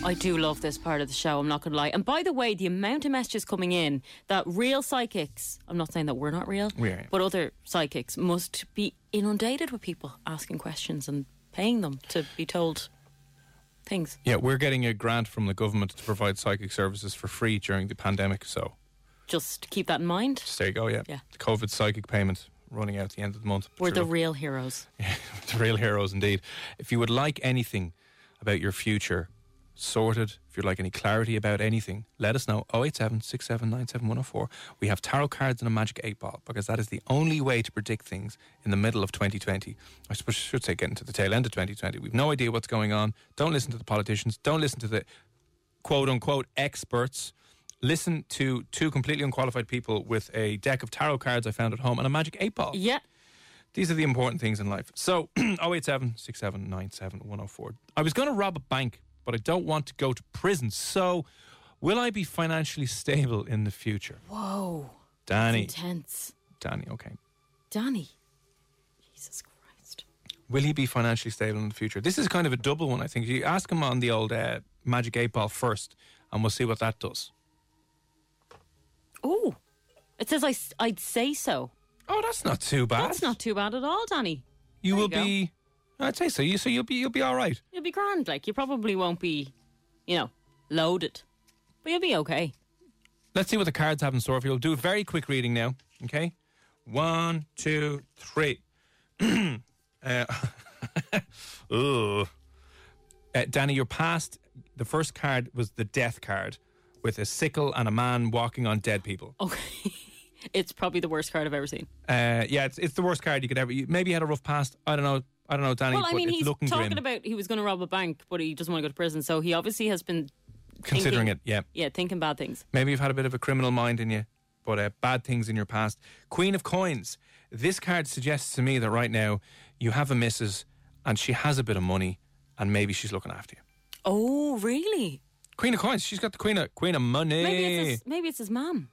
[SPEAKER 4] I do love this part of the show. I'm not going to lie. And by the way, the amount of messages coming in that real psychics. I'm not saying that we're not real,
[SPEAKER 3] We are.
[SPEAKER 4] but other psychics must be inundated with people asking questions and paying them to be told things.
[SPEAKER 3] Yeah, we're getting a grant from the government to provide psychic services for free during the pandemic. So
[SPEAKER 4] Just keep that in mind.
[SPEAKER 3] just there you go. Yeah,
[SPEAKER 4] Yeah.
[SPEAKER 3] The COVID psychic payment running out at the end of the month.
[SPEAKER 4] We're
[SPEAKER 3] Sure,
[SPEAKER 4] the
[SPEAKER 3] look,
[SPEAKER 4] real heroes.
[SPEAKER 3] the real heroes indeed. If you would like anything about your future sorted, if you'd like any clarity about anything, let us know 087 We have tarot cards and a magic eight ball because that is the only way to predict things in the middle of 2020. I suppose I should say getting to the tail end of 2020. We've no idea what's going on. Don't listen to the politicians. Don't listen to the quote unquote experts. Listen to two completely unqualified people with a deck of tarot cards I found at home and a magic eight ball.
[SPEAKER 4] Yeah.
[SPEAKER 3] These are the important things in life. So 087 I was going to rob a bank, but I don't want to go to prison. So will I be financially stable in the future?
[SPEAKER 4] Whoa.
[SPEAKER 3] Danny.
[SPEAKER 4] Intense.
[SPEAKER 3] Danny, okay.
[SPEAKER 4] Danny. Jesus Christ.
[SPEAKER 3] Will he be financially stable in the future? This is kind of a double one, I think. You ask him on the old uh, Magic 8 Ball first, and we'll see what that does.
[SPEAKER 4] Ooh. It says I, s- I'd say so.
[SPEAKER 3] Oh, that's not too bad.
[SPEAKER 4] That's not too bad at all, Danny.
[SPEAKER 3] You
[SPEAKER 4] there
[SPEAKER 3] will
[SPEAKER 4] you go.
[SPEAKER 3] be. I'd say so. You so you'll be you'll be all right.
[SPEAKER 4] You'll be grand. Like, you probably won't be, you know, loaded, but you'll be okay.
[SPEAKER 3] Let's see what the cards have in store for you. We'll do a very quick reading now. Okay. One, two, three. uh, ugh. Uh, Danny, your past, the first card was the death card with a sickle and a man walking on dead people.
[SPEAKER 4] Okay. it's probably the worst card I've ever seen.
[SPEAKER 3] Uh, yeah, it's, it's the worst card you could ever. You maybe you had a rough past. I don't know. I don't know, Danny.
[SPEAKER 4] well, I
[SPEAKER 3] but
[SPEAKER 4] mean,
[SPEAKER 3] it's
[SPEAKER 4] he's
[SPEAKER 3] looking
[SPEAKER 4] talking
[SPEAKER 3] grim,
[SPEAKER 4] about he was going to rob a bank, but he doesn't want to go to prison. So he obviously has been
[SPEAKER 3] considering
[SPEAKER 4] thinking-
[SPEAKER 3] it. Yeah.
[SPEAKER 4] Yeah, thinking bad things.
[SPEAKER 3] Maybe you've had a bit of a criminal mind in you, but uh, bad things in your past. Queen of Coins. This card suggests to me that right now you have a missus and she has a bit of money and maybe she's looking after you.
[SPEAKER 4] Oh, really? Eh.
[SPEAKER 3] Queen of Coins. She's got the Queen of Queen of Money.
[SPEAKER 4] Maybe it's his, maybe it's his mom.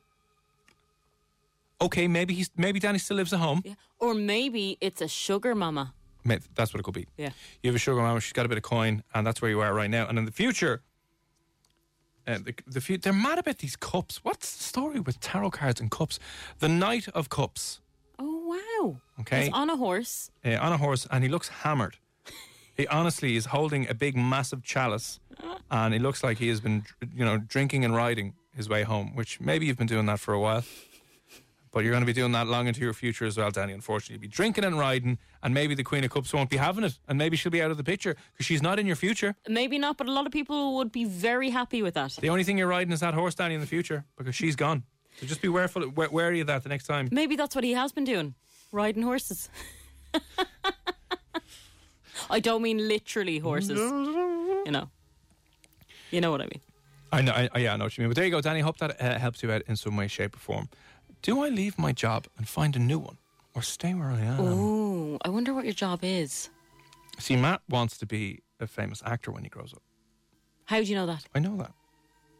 [SPEAKER 3] okay, maybe he's maybe Danny still lives at home.
[SPEAKER 4] Yeah. Or maybe it's a sugar mama.
[SPEAKER 3] Ma- That's what it could be.
[SPEAKER 4] Yeah.
[SPEAKER 3] You have a sugar mama. She's got a bit of coin, and that's where you are right now. And in the future. Uh, the, the few, they're mad about these cups. What's the story with tarot cards and cups? The Knight of Cups.
[SPEAKER 4] Oh wow!
[SPEAKER 3] Okay.
[SPEAKER 4] He's on a horse.
[SPEAKER 3] uh, on a horse and he looks hammered. He honestly is holding a big, massive chalice, and he looks like he has been, dr- you know, drinking and riding his way home. Which maybe you've been doing that for a while, but you're going to be doing that long into your future as well, Danny. Unfortunately, you'll be drinking and riding, and maybe the Queen of Cups won't be having it, and maybe she'll be out of the picture because she's not in your future.
[SPEAKER 4] Maybe not, but a lot of people would be very happy with that.
[SPEAKER 3] The only thing you're riding is that horse, Danny, in the future because she's gone. So just be wareful, wa- wary of that the next time.
[SPEAKER 4] Maybe that's what he has been doing. riding horses. I don't mean literally horses. You know. You know what I mean.
[SPEAKER 3] I know, I, I- yeah, I know what you mean. But there you go, Danny. Hope that uh, helps you out in some way, shape, or form. Do I leave my job and find a new one, or stay where I am?
[SPEAKER 4] Ooh, Oh, I wonder what your job is.
[SPEAKER 3] See, Matt wants to be a famous actor when he grows up.
[SPEAKER 4] How do you know that?
[SPEAKER 3] I know that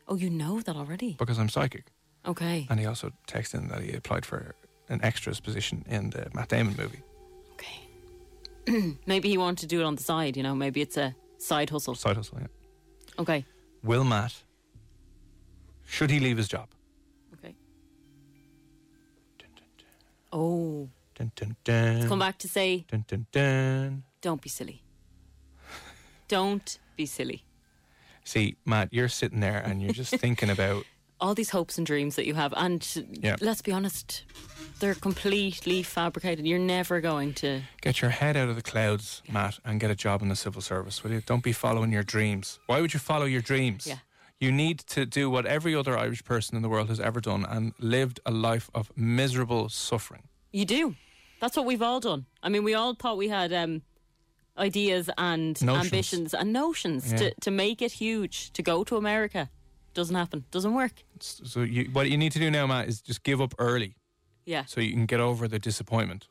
[SPEAKER 4] Oh, you know that already.
[SPEAKER 3] because I'm psychic.
[SPEAKER 4] Okay.
[SPEAKER 3] And he also texted in that he applied for an extras position in the Matt Damon movie.
[SPEAKER 4] Okay. Maybe he wanted to do it on the side, you know. Maybe it's a side hustle.
[SPEAKER 3] Side hustle, yeah.
[SPEAKER 4] Okay.
[SPEAKER 3] Will Matt, should he leave his job?
[SPEAKER 4] Okay. Oh.
[SPEAKER 3] Dun, dun, dun.
[SPEAKER 4] Come back to say
[SPEAKER 3] Dun, dun, dun.
[SPEAKER 4] Don't be silly. Don't be silly.
[SPEAKER 3] See, Matt, you're sitting there and you're just thinking about
[SPEAKER 4] All these hopes and dreams that you have, and
[SPEAKER 3] Yeah.
[SPEAKER 4] let's be honest, they're completely fabricated. You're never going to.
[SPEAKER 3] Get your head out of the clouds, Matt, and get a job in the civil service, will you? Don't be following your dreams. Why would you follow your dreams?
[SPEAKER 4] Yeah.
[SPEAKER 3] You need to do what every other Irish person in the world has ever done and lived a life of miserable suffering.
[SPEAKER 4] You do. That's what we've all done. I mean, we all thought we had um, ideas and
[SPEAKER 3] Notions.
[SPEAKER 4] ambitions and notions to, to make it huge, to go to America. Doesn't happen. Doesn't work.
[SPEAKER 3] S- So, you, what you need to do now, Matt, is just give up early
[SPEAKER 4] Yeah,
[SPEAKER 3] so you can get over the disappointment.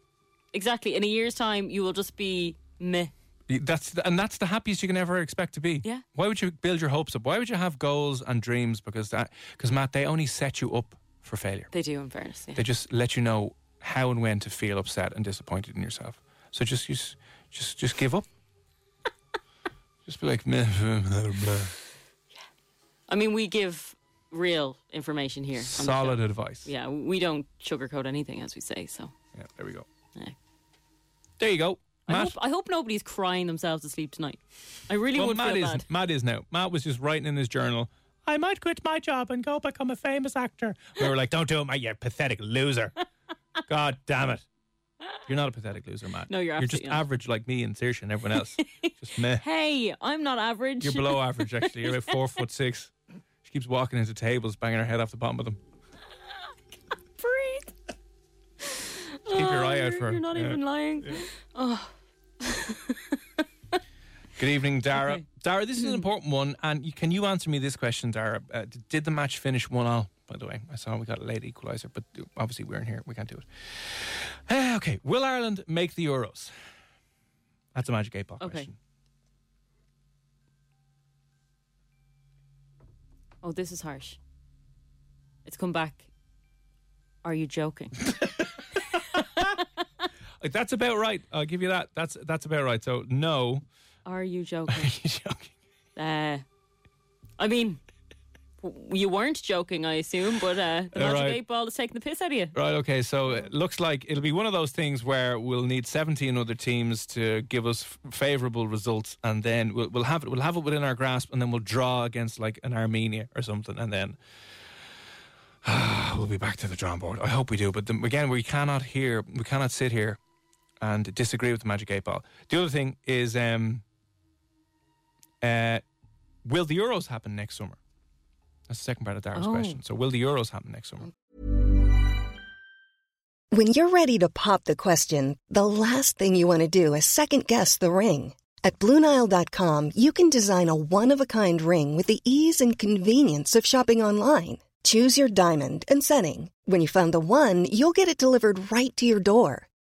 [SPEAKER 4] exactly. In a year's time, you will just be meh.
[SPEAKER 3] Y- That's the, and that's the happiest you can ever expect to be.
[SPEAKER 4] Yeah.
[SPEAKER 3] Why would you build your hopes up? Why would you have goals and dreams? Because that, because Matt, they only set you up for failure.
[SPEAKER 4] They do, in fairness. Yeah.
[SPEAKER 3] They just let you know how and when to feel upset and disappointed in yourself. So just just just, just give up. just be like, meh, meh, meh, meh."
[SPEAKER 4] I mean, we give real information here. on the show.
[SPEAKER 3] solid advice.
[SPEAKER 4] Yeah, we don't sugarcoat anything, as we say. So
[SPEAKER 3] Yeah, there we go.
[SPEAKER 4] Yeah.
[SPEAKER 3] There you go.
[SPEAKER 4] I
[SPEAKER 3] Matt.
[SPEAKER 4] hope, I hope nobody's crying themselves to sleep tonight. I really
[SPEAKER 3] Well,
[SPEAKER 4] would
[SPEAKER 3] Matt
[SPEAKER 4] feel
[SPEAKER 3] is
[SPEAKER 4] bad.
[SPEAKER 3] Matt is now. Matt was just writing in his journal. I might quit my job and go become a famous actor. We were like, "Don't do it, Matt. You're a pathetic loser. God damn it. You're not a pathetic loser, Matt.
[SPEAKER 4] No, you're
[SPEAKER 3] you're just
[SPEAKER 4] absolutely not.
[SPEAKER 3] average like me and Saoirse and everyone else. just meh.
[SPEAKER 4] Hey, I'm not average.
[SPEAKER 3] You're below average, actually. You're about four foot six. She keeps walking into tables, banging her head off the bottom of them.
[SPEAKER 4] Breathe.
[SPEAKER 3] Keep your eye out
[SPEAKER 4] You're-
[SPEAKER 3] for her.
[SPEAKER 4] You're not
[SPEAKER 3] Yeah.
[SPEAKER 4] even lying.
[SPEAKER 3] Good evening, Dara. Dara, this is an important one, and you, can you answer me this question, Dara? Uh, d- did the match finish one all? By the way, I saw we got a late equaliser, but uh, obviously we're in here. We can't do it. Uh, okay, will Ireland make the Euros? That's a magic eight ball
[SPEAKER 4] Okay.
[SPEAKER 3] question.
[SPEAKER 4] Oh, this is harsh. It's come back. Are you joking?
[SPEAKER 3] Uh, That's about right. I'll give you that. That's that's about right. So no,
[SPEAKER 4] Are you joking?
[SPEAKER 3] Are you joking?
[SPEAKER 4] Uh, I mean, w- you weren't joking, I assume, but uh, the
[SPEAKER 3] All
[SPEAKER 4] Magic
[SPEAKER 3] right.
[SPEAKER 4] 8 Ball is taking the piss out of you.
[SPEAKER 3] Right, okay. So it looks like it'll be one of those things where we'll need 17 other teams to give us f- favourable results, and then we'll, we'll have it. We'll have it within our grasp, and then we'll draw against like an Armenia or something, and then we'll be back to the drawing board. I hope we do, but then again, we cannot hear, we cannot sit here and disagree with the Magic Eight Ball. The other thing is, um, uh, will the Euros happen next summer? That's the second part of Dara's
[SPEAKER 4] Oh.
[SPEAKER 3] question. So, will the Euros happen next summer?
[SPEAKER 5] When you're ready to pop the question, the last thing you want to do is second guess the ring. At Bluenile.com, you can design a one of a kind ring with the ease and convenience of shopping online. Choose your diamond and setting. When you find the one, you'll get it delivered right to your door.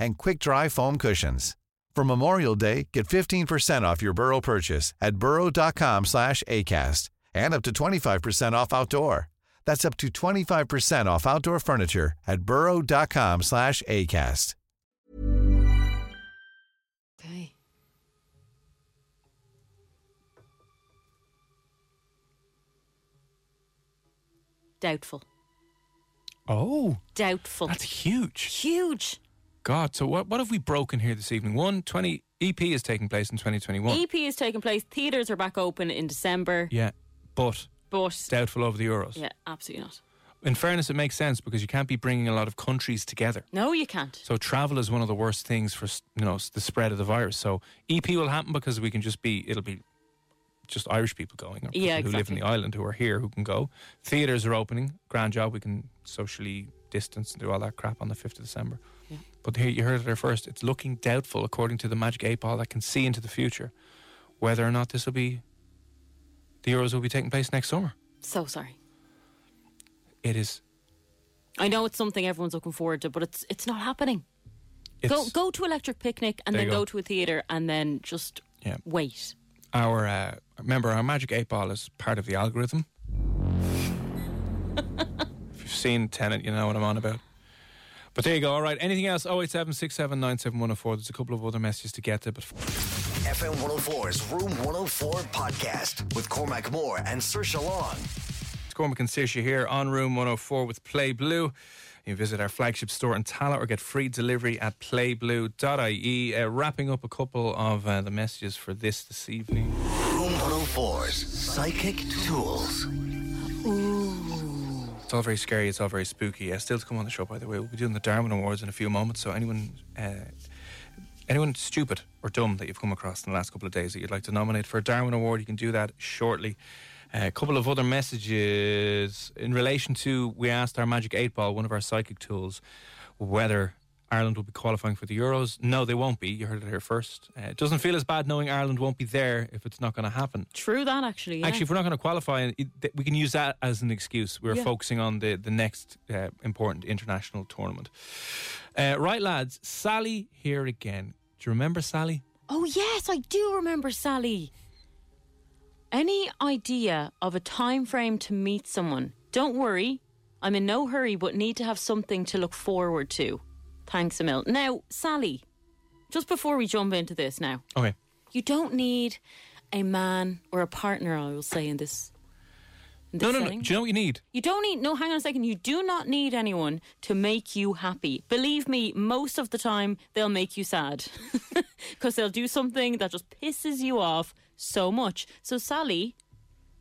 [SPEAKER 6] and quick-dry foam cushions. For Memorial Day, get 15% off your Burrow purchase at burrow.com slash ACAST and up to 25% off outdoor. That's up to 25% off outdoor furniture at burrow.com slash ACAST.
[SPEAKER 4] Okay. Doubtful.
[SPEAKER 3] Oh,
[SPEAKER 4] Doubtful.
[SPEAKER 3] that's huge.
[SPEAKER 4] huge.
[SPEAKER 3] God, so what, what have we broken here this evening? One, 20, EP is taking place in 2021.
[SPEAKER 4] EP E is taking place. Theatres are back open in December.
[SPEAKER 3] yeah, but
[SPEAKER 4] But
[SPEAKER 3] doubtful over the Euros.
[SPEAKER 4] yeah, absolutely not.
[SPEAKER 3] In fairness, it makes sense because you can't be bringing a lot of countries together.
[SPEAKER 4] No, you can't.
[SPEAKER 3] So travel is one of the worst things for you know the spread of the virus. So EP will happen because we can just be it'll be just Irish people going, or
[SPEAKER 4] Yeah,
[SPEAKER 3] people who live in
[SPEAKER 4] exactly.
[SPEAKER 3] the island who are here who can go. Theaters are opening. Grand job. We can socially distance and do all that crap on the fifth of December. But here you heard it there first. It's looking doubtful, according to the magic eight ball that can see into the future, whether or not this will be the Euros will be taking place next summer.
[SPEAKER 4] So sorry.
[SPEAKER 3] It is.
[SPEAKER 4] I know it's something everyone's looking forward to, but it's it's not happening.
[SPEAKER 3] It's,
[SPEAKER 4] go go to Electric Picnic and
[SPEAKER 3] There
[SPEAKER 4] then
[SPEAKER 3] you go.
[SPEAKER 4] go. to a theatre and then just
[SPEAKER 3] Yeah.
[SPEAKER 4] wait.
[SPEAKER 3] our uh, remember our magic eight ball is part of the algorithm. if you've seen Tenet, you know what I'm on about. But there you go. All right. Anything else? Oh, 087 There's a couple of other messages to get to, but
[SPEAKER 2] FM 104's Room 104 podcast with Cormac Moore and Sir Long.
[SPEAKER 3] it's Cormac and Sisha here on Room 104 with Play Blue. You visit our flagship store in Tala or get free delivery at playblue.ie. Uh, wrapping up a couple of uh, the messages for this this evening.
[SPEAKER 2] Room 104's Psychic Tools.
[SPEAKER 3] It's all very scary. It's all very spooky. Uh, still to come on the show, by the way, we'll be doing the Darwin Awards in a few moments. So anyone, uh, anyone stupid or dumb that you've come across in the last couple of days that you'd like to nominate for a Darwin Award, you can do that shortly. Uh, a couple of other messages in relation to we asked our Magic Eight Ball, one of our psychic tools, whether. Ireland will be qualifying for the Euros. No, they won't be. You heard it here first. Uh, it doesn't feel as bad knowing Ireland won't be there if it's not going to happen.
[SPEAKER 4] True that actually. yeah.
[SPEAKER 3] Actually, if we're not going to qualify, it- th- we can use that as an excuse. We're
[SPEAKER 4] Yeah.
[SPEAKER 3] focusing on the the next uh, important international tournament. Uh, right, lads. Sally here again. Do you remember Sally?
[SPEAKER 4] Oh yes, I do remember Sally. Any idea of a time frame to meet someone? Don't worry, I'm in no hurry, but need to have something to look forward to. Thanks, Emil. Now, Sally, just before we jump into this, now
[SPEAKER 3] Okay.
[SPEAKER 4] you don't need a man or a partner. I will say in this. In
[SPEAKER 3] No,
[SPEAKER 4] this
[SPEAKER 3] no, no. Do
[SPEAKER 4] setting.
[SPEAKER 3] you know what you need?
[SPEAKER 4] You don't need, no, hang on a second. You do not need anyone to make you happy. Believe me, most of the time they'll make you sad because they'll do something that just pisses you off so much. So, Sally,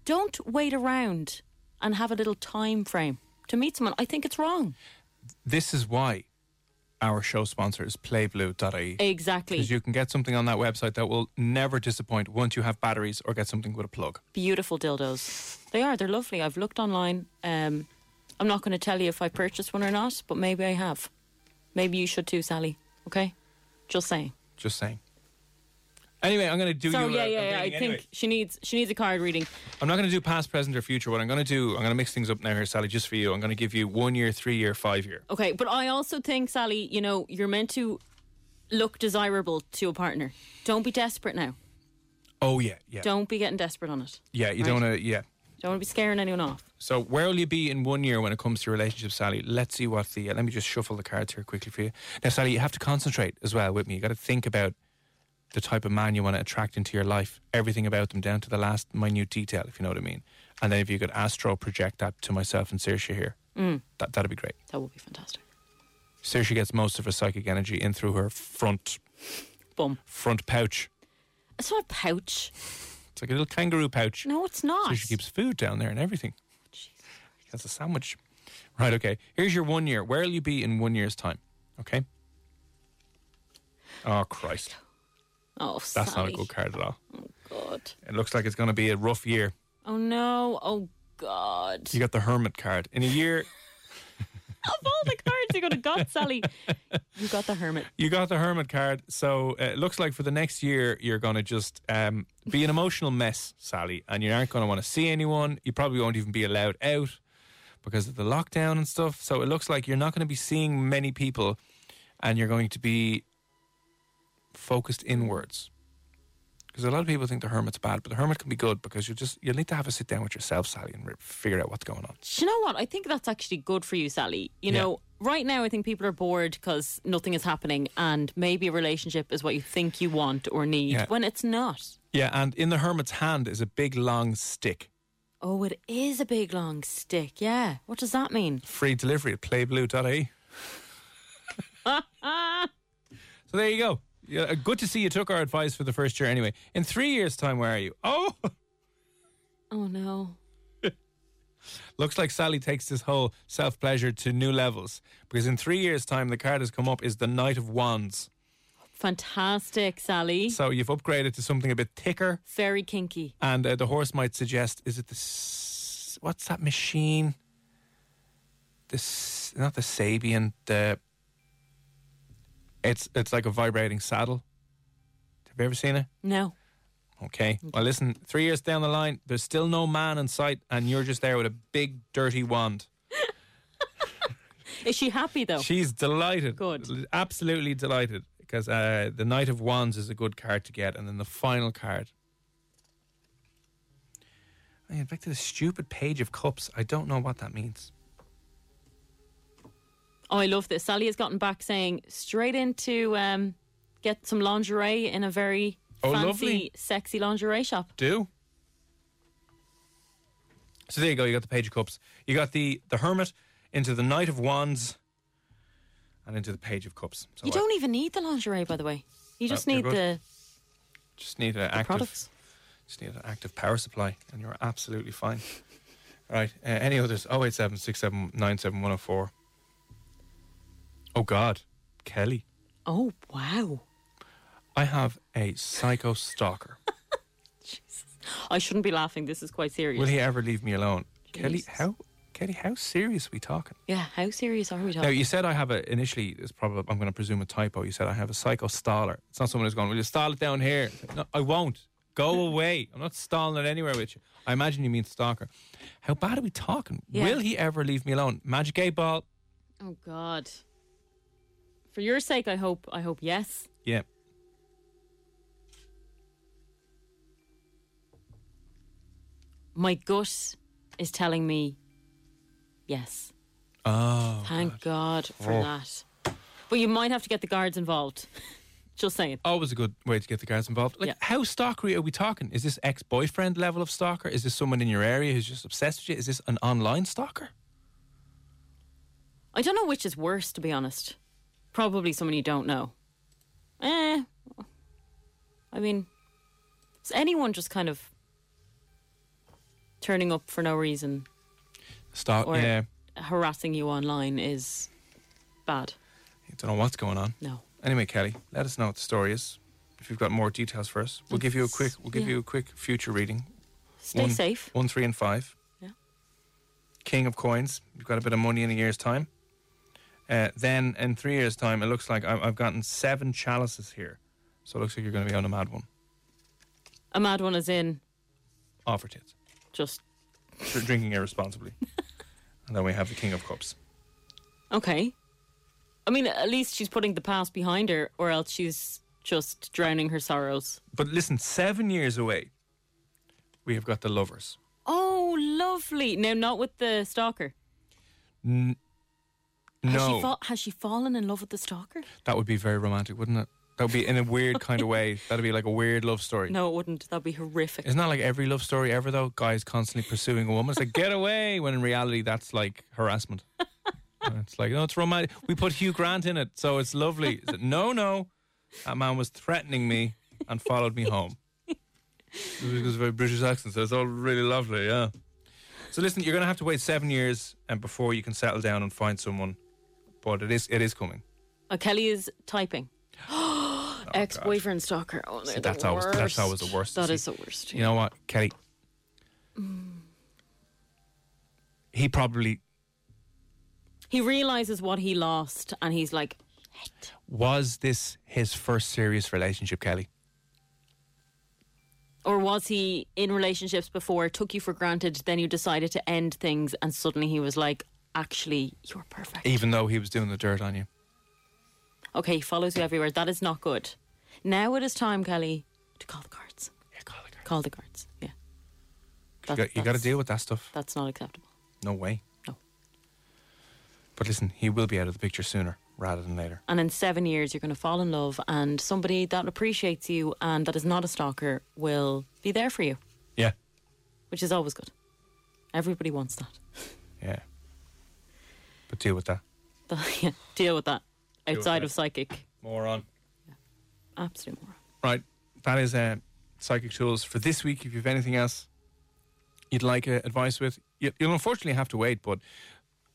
[SPEAKER 4] don't wait around and have a little time frame to meet someone. I think it's wrong.
[SPEAKER 3] This is why our show sponsor is PlayBlue.ie.
[SPEAKER 4] Exactly.
[SPEAKER 3] Because you can get something on that website that will never disappoint once you have batteries or get something with a plug.
[SPEAKER 4] Beautiful dildos. They are, they're lovely. I've looked online. Um, I'm not going to tell you if I purchased one or not, but maybe I have. Maybe you should too, Sally. Okay? Just saying.
[SPEAKER 3] Just saying. Anyway, I'm going to do
[SPEAKER 4] so
[SPEAKER 3] you.
[SPEAKER 4] yeah,
[SPEAKER 3] a- a
[SPEAKER 4] yeah, yeah. I
[SPEAKER 3] reading
[SPEAKER 4] think
[SPEAKER 3] anyway.
[SPEAKER 4] she needs she needs a card reading.
[SPEAKER 3] I'm not going to do past, present, or future. What I'm going to do, I'm going to mix things up now here, Sally, just for you. I'm going to give you one year, three year, five year.
[SPEAKER 4] Okay, but I also think Sally, you know, you're meant to look desirable to a partner. Don't be desperate now.
[SPEAKER 3] Oh yeah, yeah,
[SPEAKER 4] Don't be getting desperate on it.
[SPEAKER 3] yeah. You don't want to, yeah.
[SPEAKER 4] Don't want to be scaring anyone off.
[SPEAKER 3] So where will you be in one year when it comes to your relationship, Sally? Let's see what the. Uh, let me just shuffle the cards here quickly for you. Now, Sally, you have to concentrate as well with me. You got to think about the type of man you want to attract into your life, everything about them down to the last minute detail, if you know what I mean. And then if you could astro project that to myself and Saoirse here, that that'd be great.
[SPEAKER 4] That would be fantastic.
[SPEAKER 3] Saoirse gets most of her psychic energy in through her front
[SPEAKER 4] Bum.
[SPEAKER 3] front pouch.
[SPEAKER 4] It's not a pouch.
[SPEAKER 3] It's like a little kangaroo pouch.
[SPEAKER 4] No, it's not.
[SPEAKER 3] So she keeps food down there and everything. She has a sandwich. Right, okay. Here's your one year. Where'll you be in one year's time? Okay. Oh Christ.
[SPEAKER 4] oh,
[SPEAKER 3] That's
[SPEAKER 4] Sally. Oh,
[SPEAKER 3] not a good card at all.
[SPEAKER 4] God.
[SPEAKER 3] It looks like it's gonna be a rough year.
[SPEAKER 4] Oh no. Oh God.
[SPEAKER 3] You got the hermit card. In a year
[SPEAKER 4] of all the cards you could have got, Sally, you got the hermit.
[SPEAKER 3] you got the hermit card, so uh, it looks like for the next year you're gonna just um, be an emotional mess, Sally, and you aren't gonna want to see anyone. You probably won't even be allowed out because of the lockdown and stuff. So it looks like you're not gonna be seeing many people, and you're going to be focused inwards. Because a lot of people think the hermit's bad, but the hermit can be good because you just you need to have a sit down with yourself, Sally, and re- figure out what's going on.
[SPEAKER 4] Do you know what? I think that's actually good for you, Sally. You
[SPEAKER 3] Yeah.
[SPEAKER 4] know, right now I think people are bored because nothing is happening, and maybe a relationship is what you think you want or need
[SPEAKER 3] Yeah.
[SPEAKER 4] when it's not.
[SPEAKER 3] Yeah, and in the hermit's hand is a big long stick.
[SPEAKER 4] Oh, it is a big long stick. Yeah. What does that mean?
[SPEAKER 3] Free delivery at playblue.ie.
[SPEAKER 4] Ah,
[SPEAKER 3] So there you go. Yeah, uh, good to see you took our advice for the first year anyway. In three years' time, where are you? Oh,
[SPEAKER 4] oh no.
[SPEAKER 3] looks like Sally takes this whole self pleasure to new levels because in three years' time, the card has come up is the Knight of Wands.
[SPEAKER 4] Fantastic, Sally.
[SPEAKER 3] So you've upgraded to something a bit thicker,
[SPEAKER 4] Very kinky.
[SPEAKER 3] and uh, the horse might suggest is it the. S- what's that machine? This not the Sabian. The it's it's like a vibrating saddle. Have you ever seen it?
[SPEAKER 4] No.
[SPEAKER 3] Okay. Well, listen, three years down the line, there's still no man in sight, and you're just there with a big, dirty wand.
[SPEAKER 4] Is she happy though?
[SPEAKER 3] She's delighted.
[SPEAKER 4] Oh. Good.
[SPEAKER 3] Absolutely delighted. Because uh, the Knight of Wands is a good card to get. And then the final card. I mean, back to the stupid Page of Cups. I don't know what that means.
[SPEAKER 4] oh, I love this. Sally has gotten back saying straight into um, get some lingerie in a very
[SPEAKER 3] Oh,
[SPEAKER 4] fancy,
[SPEAKER 3] lovely.
[SPEAKER 4] sexy lingerie shop.
[SPEAKER 3] Do. So there you go. You got the Page of Cups. You got the, the Hermit into the Knight of Wands and into the Page of Cups. So
[SPEAKER 4] you
[SPEAKER 3] I
[SPEAKER 4] don't even need the lingerie, by the way. You
[SPEAKER 3] No,
[SPEAKER 4] just
[SPEAKER 3] Uh, you're
[SPEAKER 4] need
[SPEAKER 3] good.
[SPEAKER 4] the,
[SPEAKER 3] just need an
[SPEAKER 4] the
[SPEAKER 3] active.
[SPEAKER 4] products.
[SPEAKER 3] Just need an active power supply, and you're absolutely fine. right. Uh, any others? 087 104. Oh, God. Kelly,
[SPEAKER 4] Oh wow!
[SPEAKER 3] I have a psycho stalker.
[SPEAKER 4] I shouldn't be laughing. This is quite serious.
[SPEAKER 3] Will he ever leave me alone? Kelly,
[SPEAKER 4] Jesus.
[SPEAKER 3] how. Kelly, how serious are we talking?
[SPEAKER 4] yeah. How serious are we
[SPEAKER 3] Now,
[SPEAKER 4] talking?
[SPEAKER 3] you said I have a, initially, it's probably, I'm going to presume a typo. You said I have a psycho staller. It's not someone who's going, will you stall it down here? No, I won't.
[SPEAKER 4] Hmm.
[SPEAKER 3] Go away. I'm not stalling it anywhere with you. I imagine you mean stalker. How bad are we talking?
[SPEAKER 4] Yeah.
[SPEAKER 3] Will he ever leave me alone? Magic 8 ball.
[SPEAKER 4] oh God! For your sake, I hope. I hope yes.
[SPEAKER 3] Yeah.
[SPEAKER 4] My gut is telling me yes.
[SPEAKER 3] Oh.
[SPEAKER 4] Thank God, for
[SPEAKER 3] Oh.
[SPEAKER 4] that. But you might have to get the guards involved. Just saying.
[SPEAKER 3] Always a good way to get the guys involved. Like,
[SPEAKER 4] Yeah.
[SPEAKER 3] how stalkery are we talking? Is this ex boyfriend level of stalker? Is this someone in your area who's just obsessed with you? Is this an online stalker?
[SPEAKER 4] I don't know which is worse, to be honest. Probably someone you don't know. Eh. I mean, is anyone just kind of turning up for no reason,
[SPEAKER 3] Stalk,
[SPEAKER 4] Or-
[SPEAKER 3] yeah.
[SPEAKER 4] harassing you online is bad?
[SPEAKER 3] I don't know what's going on.
[SPEAKER 4] No.
[SPEAKER 3] Anyway, Kelly, let us know what the story is. If you've got more details for us, we'll give you a quick. We'll give
[SPEAKER 4] Yeah.
[SPEAKER 3] you a quick future reading.
[SPEAKER 4] Stay
[SPEAKER 3] One-
[SPEAKER 4] safe.
[SPEAKER 3] One, three, and five.
[SPEAKER 4] Yeah.
[SPEAKER 3] King of coins. You've got a bit of money in a year's time. Uh, then in three years' time, it looks like I- I've gotten seven chalices here. So it looks like you're going to be on a mad one.
[SPEAKER 4] A mad one is in.
[SPEAKER 3] Offer tits.
[SPEAKER 4] Just
[SPEAKER 3] for drinking irresponsibly. and then we have the King of Cups.
[SPEAKER 4] okay. I mean, at least she's putting the past behind her, or else she's just drowning her sorrows.
[SPEAKER 3] But listen, seven years away, we have got the Lovers.
[SPEAKER 4] Oh, lovely. No, not with the stalker.
[SPEAKER 3] N-
[SPEAKER 4] Has she,
[SPEAKER 3] no,
[SPEAKER 4] fa- has she fallen in love with the stalker?
[SPEAKER 3] that would be very romantic, wouldn't it? That would be in a weird kind of way. That'd be like a weird love story.
[SPEAKER 4] No, it wouldn't. That'd be horrific.
[SPEAKER 3] Isn't that like every love story ever though? Guys constantly pursuing a woman. It's like get away. When in reality, that's like harassment. And it's like no, it's romantic. We put Hugh Grant in it, so it's lovely. It's like, no, no, that man was threatening me and followed me home. It was because of a British accent, so it's all really lovely. Yeah. So listen, you're going to have to wait seven years and before you can settle down and find someone. But it is it is coming.
[SPEAKER 4] Oh, Kelly is typing. Ex-boyfriend stalker. Oh, they're
[SPEAKER 3] Oh, See, that's
[SPEAKER 4] the
[SPEAKER 3] always
[SPEAKER 4] worst.
[SPEAKER 3] that's always the worst.
[SPEAKER 4] That
[SPEAKER 3] See,
[SPEAKER 4] is the worst.
[SPEAKER 3] You know what, Kelly? He probably
[SPEAKER 4] He realizes what he lost, and he's like,
[SPEAKER 3] was this his first serious relationship, Kelly?
[SPEAKER 4] or was he in relationships before? Took you for granted, then you decided to end things, and suddenly he was like, actually, you're perfect.
[SPEAKER 3] Even though he was doing the dirt on you.
[SPEAKER 4] Okay, he follows you everywhere. That is not good. Now it is time, Kelly, to call the guards.
[SPEAKER 3] Yeah, call the guard.
[SPEAKER 4] Call the guards. Yeah.
[SPEAKER 3] You
[SPEAKER 4] That-
[SPEAKER 3] got- you got to
[SPEAKER 4] that's-
[SPEAKER 3] deal with that stuff.
[SPEAKER 4] That's not acceptable.
[SPEAKER 3] No way.
[SPEAKER 4] No.
[SPEAKER 3] But listen, he will be out of the picture sooner rather than later.
[SPEAKER 4] And in seven years, you're going to fall in love, and somebody that appreciates you and that is not a stalker will be there for you,
[SPEAKER 3] Yeah.
[SPEAKER 4] which is always good. Everybody wants that.
[SPEAKER 3] Yeah. But deal with that.
[SPEAKER 4] yeah, deal with that.
[SPEAKER 3] with
[SPEAKER 4] Outside
[SPEAKER 3] that.
[SPEAKER 4] of psychic,
[SPEAKER 3] Moron.
[SPEAKER 4] absolute moron.
[SPEAKER 3] Right. That is uh, psychic tools for this week. If you have anything else you'd like uh, advice with, you, you'll unfortunately have to wait. But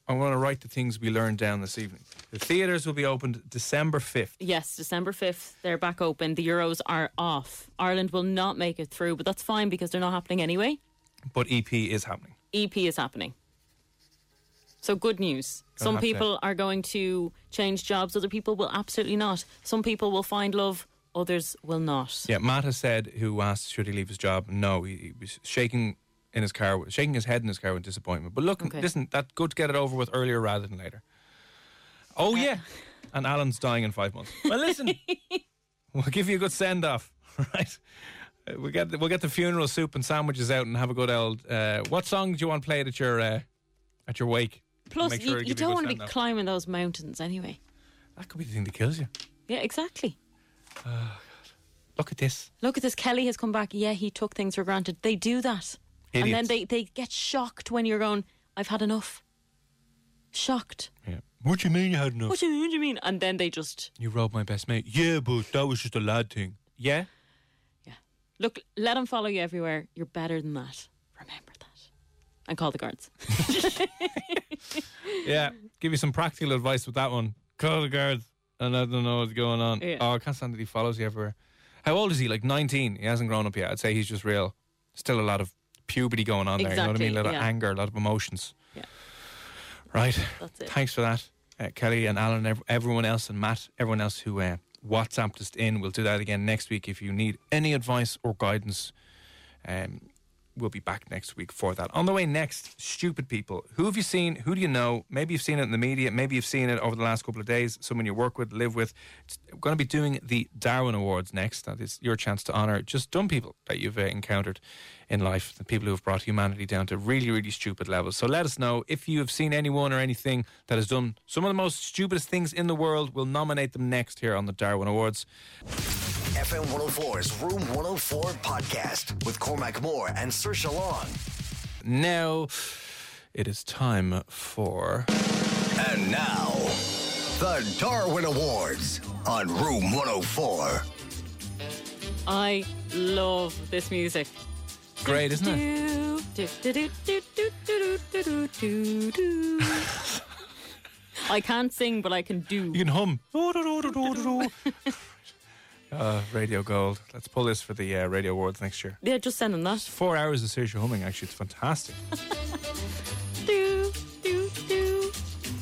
[SPEAKER 3] I want to write the things we learned down this evening. The theaters will be opened December fifth.
[SPEAKER 4] Yes, December 5th, they're back open. The Euros are off. Ireland will not make it through, but that's fine because they're not happening anyway.
[SPEAKER 3] but EP is happening.
[SPEAKER 4] EP is happening. So good news.
[SPEAKER 3] Gonna
[SPEAKER 4] Some
[SPEAKER 3] have to-
[SPEAKER 4] people are going to change jobs, other people will absolutely not. Some people will find love, others will not.
[SPEAKER 3] Yeah, Matt has said who asked should he leave his job. No, he, he was shaking in his car, shaking his head in his car with disappointment. But look,
[SPEAKER 4] Okay.
[SPEAKER 3] listen, that good to get it over with earlier rather than later. Oh yeah, and Alan's dying in five months. Well, listen, we'll give you a good send off, right? Uh, We'll get the, we'll get the funeral soup and sandwiches out and have a good old. Uh, what song do you want played at your uh, at your wake?
[SPEAKER 4] Plus,
[SPEAKER 3] Make
[SPEAKER 4] you,
[SPEAKER 3] sure
[SPEAKER 4] you
[SPEAKER 3] give a
[SPEAKER 4] don't
[SPEAKER 3] good
[SPEAKER 4] want to be
[SPEAKER 3] send-off.
[SPEAKER 4] climbing those mountains anyway.
[SPEAKER 3] that could be the thing that kills you.
[SPEAKER 4] Yeah, exactly.
[SPEAKER 3] Look at this.
[SPEAKER 4] Look at this. Kelly has come back. Yeah, he took things for granted. They do that. And then
[SPEAKER 3] Idiots.
[SPEAKER 4] they, they get shocked when you're going, I've had enough. Shocked.
[SPEAKER 3] Yeah. What do you mean you had enough?
[SPEAKER 4] What do you mean? What do you mean? And then they just
[SPEAKER 3] You robbed my best mate. Yeah, but that was just a lad thing. Yeah.
[SPEAKER 4] look. Let them follow you everywhere. You're better than that. Remember that, and call the guards.
[SPEAKER 3] Yeah, give you some practical advice with that one. Call the guards, and I don't know what's going on.
[SPEAKER 4] Yeah.
[SPEAKER 3] Oh, I can't stand that he follows you everywhere. How old is he? Like 19. He hasn't grown up yet. I'd say he's just real. Still a lot of puberty going on there. You know what I
[SPEAKER 4] Exactly,
[SPEAKER 3] mean? A lot of
[SPEAKER 4] yeah.
[SPEAKER 3] anger, a lot of emotions.
[SPEAKER 4] Yeah.
[SPEAKER 3] Right.
[SPEAKER 4] That's it.
[SPEAKER 3] Thanks for that, uh, Kelly and Alan, and ev- everyone else, and Matt, everyone else who uh, WhatsApped us in. We'll do that again next week. If you need any advice or guidance, um, we'll be back next week for that. On the way next, stupid people. Who have you seen? Who do you know? Maybe you've seen it in the media. Maybe you've seen it over the last couple of days. Someone you work with, live with. It's, we're going to be doing the Darwin Awards next. That is your chance to honour just dumb people that you've uh, encountered in life, the people who have brought humanity down to really, really stupid levels. So let us know if you have seen anyone or anything that has done some of the most stupidest things in the world. We'll nominate them next here on the Darwin Awards.
[SPEAKER 2] FM 104's Room 104 podcast with Cormac Moore and Sir Long.
[SPEAKER 3] Now it is time for.
[SPEAKER 2] And now, the Darwin Awards on Room 104.
[SPEAKER 4] I love this music.
[SPEAKER 3] Great, isn't it?
[SPEAKER 4] Do, do, do, do, do, do, do, do, do, do, do. I can't sing, but I can do.
[SPEAKER 3] You can hum. uh, Radio Gold. Let's pull this for the uh, Radio Awards next year.
[SPEAKER 4] Yeah, er just send them that.
[SPEAKER 3] Four hours of serious humming, actually. It's fantastic.
[SPEAKER 4] Do do do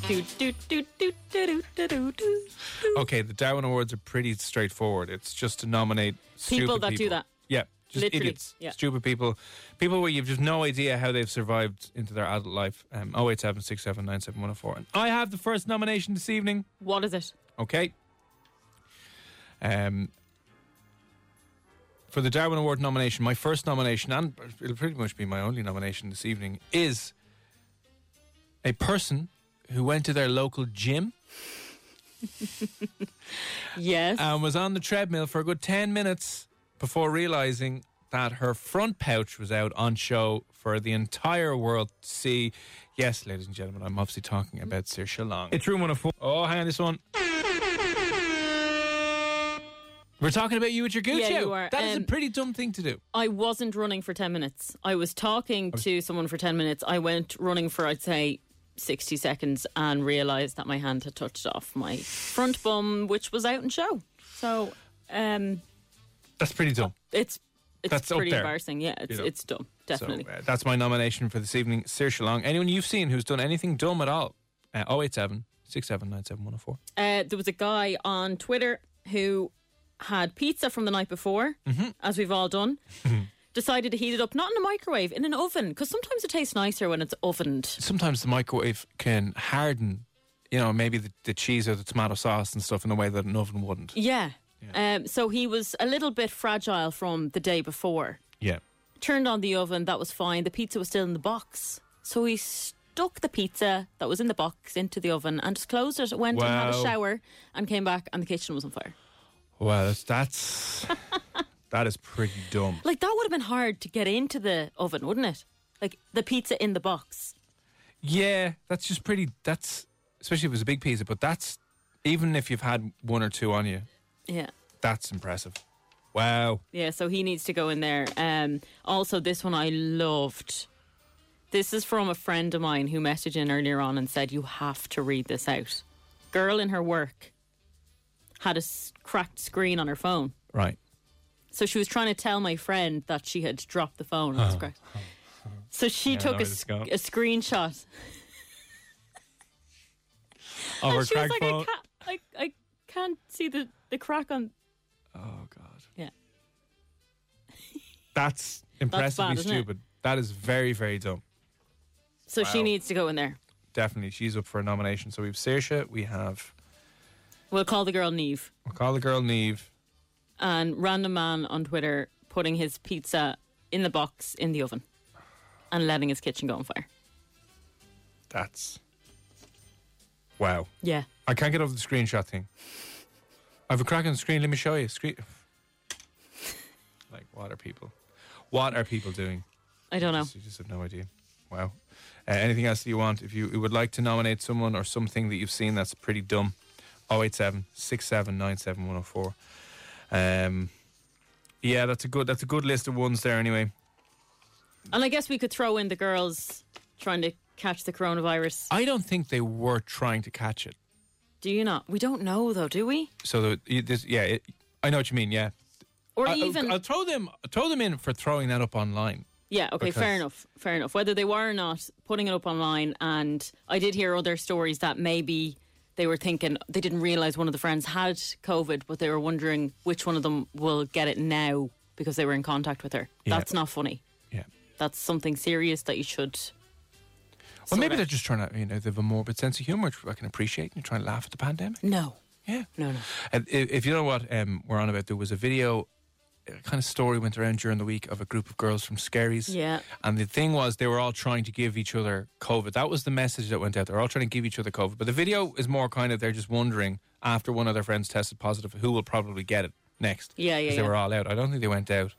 [SPEAKER 4] do do do do do do do do.
[SPEAKER 3] Okay, the Darwin Awards are pretty straightforward. It's just to nominate stupid
[SPEAKER 4] People that do that.
[SPEAKER 3] Yeah, just
[SPEAKER 4] Literally,
[SPEAKER 3] idiots,
[SPEAKER 4] yeah.
[SPEAKER 3] stupid people, people where you've just no idea how they've survived into their adult life. Um, 087 And I have the first nomination this evening.
[SPEAKER 4] What is it?
[SPEAKER 3] Okay. Um, for the Darwin Award nomination, my first nomination, and it'll pretty much be my only nomination this evening, is a person who went to their local gym
[SPEAKER 4] Yes.
[SPEAKER 3] and was on the treadmill for a good 10 minutes before realizing that her front pouch was out on show for the entire world to see. Yes, ladies and gentlemen, I'm obviously talking about Sir Shalong. It's room 104. Oh, hang on, this one. We're talking about you at your Gucci.
[SPEAKER 4] Yeah, you are.
[SPEAKER 3] That is a
[SPEAKER 4] Um,
[SPEAKER 3] pretty dumb thing to do.
[SPEAKER 4] I wasn't running for 10 minutes. I was talking to someone for 10 minutes. I went running for, I'd say, 60 seconds and realised that my hand had touched off my front bum, which was out in show. So um,
[SPEAKER 3] That's pretty dumb.
[SPEAKER 4] it's it's
[SPEAKER 3] That's up
[SPEAKER 4] pretty
[SPEAKER 3] there,
[SPEAKER 4] embarrassing. Yeah, it's,
[SPEAKER 3] you know.
[SPEAKER 4] it's dumb, definitely.
[SPEAKER 3] So uh, that's my nomination for this evening, Sir Shalong. Anyone you've seen who's done anything dumb at all? Uh, 087 6797104.
[SPEAKER 4] Uh, there was a guy on Twitter who had pizza from the night before, as we've all done. Decided to heat it up, not in a microwave, in an oven, because sometimes it tastes nicer when it's ovened.
[SPEAKER 3] Sometimes the microwave can harden you know, maybe the, the cheese or the tomato sauce and stuff in a way that an oven wouldn't.
[SPEAKER 4] Yeah. Um, so he was a little bit fragile from the day before.
[SPEAKER 3] Yeah.
[SPEAKER 4] Turned on the oven, that was fine. The pizza was still in the box. So he stuck the pizza that was in the box into the oven and just closed it, went and had a
[SPEAKER 3] Wow.
[SPEAKER 4] shower and came back and the kitchen was on fire.
[SPEAKER 3] Well, that's that's that is pretty dumb.
[SPEAKER 4] Like that would have been hard to get into the oven, wouldn't it? Like the pizza in the box.
[SPEAKER 3] Yeah, that's just pretty. That's especially if it was a big pizza, but that's even if you've had one or two on you,
[SPEAKER 4] Yeah.
[SPEAKER 3] that's impressive. Wow.
[SPEAKER 4] Yeah, so he needs to go in there. Um, also, this one I loved. This is from a friend of mine who messaged in earlier on and said, You have to read this out. Girl in her work had a s- cracked screen on her phone.
[SPEAKER 3] Right.
[SPEAKER 4] So she was trying to tell my friend that she had dropped the phone. and it was cracked. So she
[SPEAKER 3] I know
[SPEAKER 4] took
[SPEAKER 3] where
[SPEAKER 4] a,
[SPEAKER 3] this is
[SPEAKER 4] sc-
[SPEAKER 3] going.
[SPEAKER 4] a screenshot.
[SPEAKER 3] Oh,
[SPEAKER 4] and she was like, I can't, I, I can't see the, the crack on.
[SPEAKER 3] Oh god.
[SPEAKER 4] Yeah.
[SPEAKER 3] That's impressively
[SPEAKER 4] bad, isn't it?
[SPEAKER 3] stupid. That is very very dumb.
[SPEAKER 4] So she
[SPEAKER 3] Wow.
[SPEAKER 4] needs to go in there.
[SPEAKER 3] Definitely, she's up for a nomination. So we have Saoirse, we have
[SPEAKER 4] We'll call the girl Neve.
[SPEAKER 3] we'll call the girl Neve.
[SPEAKER 4] and random man on Twitter putting his pizza in the box in the oven and letting his kitchen go on fire.
[SPEAKER 3] That's wow.
[SPEAKER 4] Yeah.
[SPEAKER 3] I can't get over the screenshot thing. I have a crack on the screen. Let me show you. Screen. like, what are people? What are people doing?
[SPEAKER 4] I don't know.
[SPEAKER 3] Just- You just have no idea. Wow. Uh, anything else that you want? If you would like to nominate someone or something that you've seen that's pretty dumb, 087 6797 104. Um, yeah, that's a good that's a good list of ones there anyway.
[SPEAKER 4] And I guess we could throw in the girls trying to catch the coronavirus.
[SPEAKER 3] I don't think they were trying to catch it.
[SPEAKER 4] Do you not? We don't know though, do we?
[SPEAKER 3] So the, you- this, yeah, it, I know what you mean. Yeah,
[SPEAKER 4] Or
[SPEAKER 3] I,
[SPEAKER 4] even
[SPEAKER 3] will Uh, throw them throw them in for throwing that up online.
[SPEAKER 4] Yeah, okay, fair
[SPEAKER 3] because-
[SPEAKER 4] enough. Fair enough. Whether they were or not, putting it up online and I did hear other stories that maybe they were thinking they didn't realize one of the friends had COVID, but they were wondering which one of them will get it now because they were in contact with her.
[SPEAKER 3] Yeah.
[SPEAKER 4] That's not funny.
[SPEAKER 3] Yeah.
[SPEAKER 4] that's something serious that you should.
[SPEAKER 3] Well,
[SPEAKER 4] sort
[SPEAKER 3] maybe
[SPEAKER 4] out.
[SPEAKER 3] they're just trying to, you know, they have a morbid sense of humor, which I can appreciate, and you're trying to laugh at the pandemic.
[SPEAKER 4] No,
[SPEAKER 3] Yeah.
[SPEAKER 4] no, no.
[SPEAKER 3] And i- if you know what um, we're on about, there was a video, a kind of story went around during the week of a group of girls from Scaries.
[SPEAKER 4] Yeah.
[SPEAKER 3] And the thing was, they were all trying to give each other COVID. That was the message that went out. They're all trying to give each other COVID. But the video is more kind of they're just wondering after one of their friends tested positive who will probably get it next.
[SPEAKER 4] Yeah, yeah,
[SPEAKER 3] 'Cause They
[SPEAKER 4] yeah.
[SPEAKER 3] were all out. I don't think they went out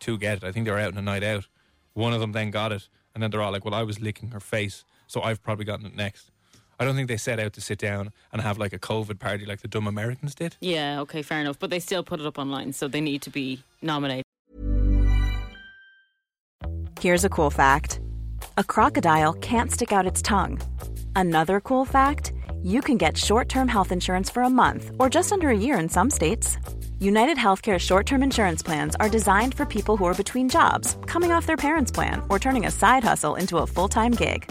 [SPEAKER 3] to get it. I think they were out on a night out. One of them then got it, and then they're all like, "Well, I was licking her face, so I've probably gotten it next." I don't think they set out to sit down and have like a COVID party like the dumb Americans did.
[SPEAKER 4] Yeah, okay, fair enough. But they still put it up online, so they need to be nominated.
[SPEAKER 7] Here's a cool fact a crocodile can't stick out its tongue. Another cool fact you can get short term health insurance for a month or just under a year in some states. United Healthcare short term insurance plans are designed for people who are between jobs, coming off their parents' plan, or turning a side hustle into a full time gig.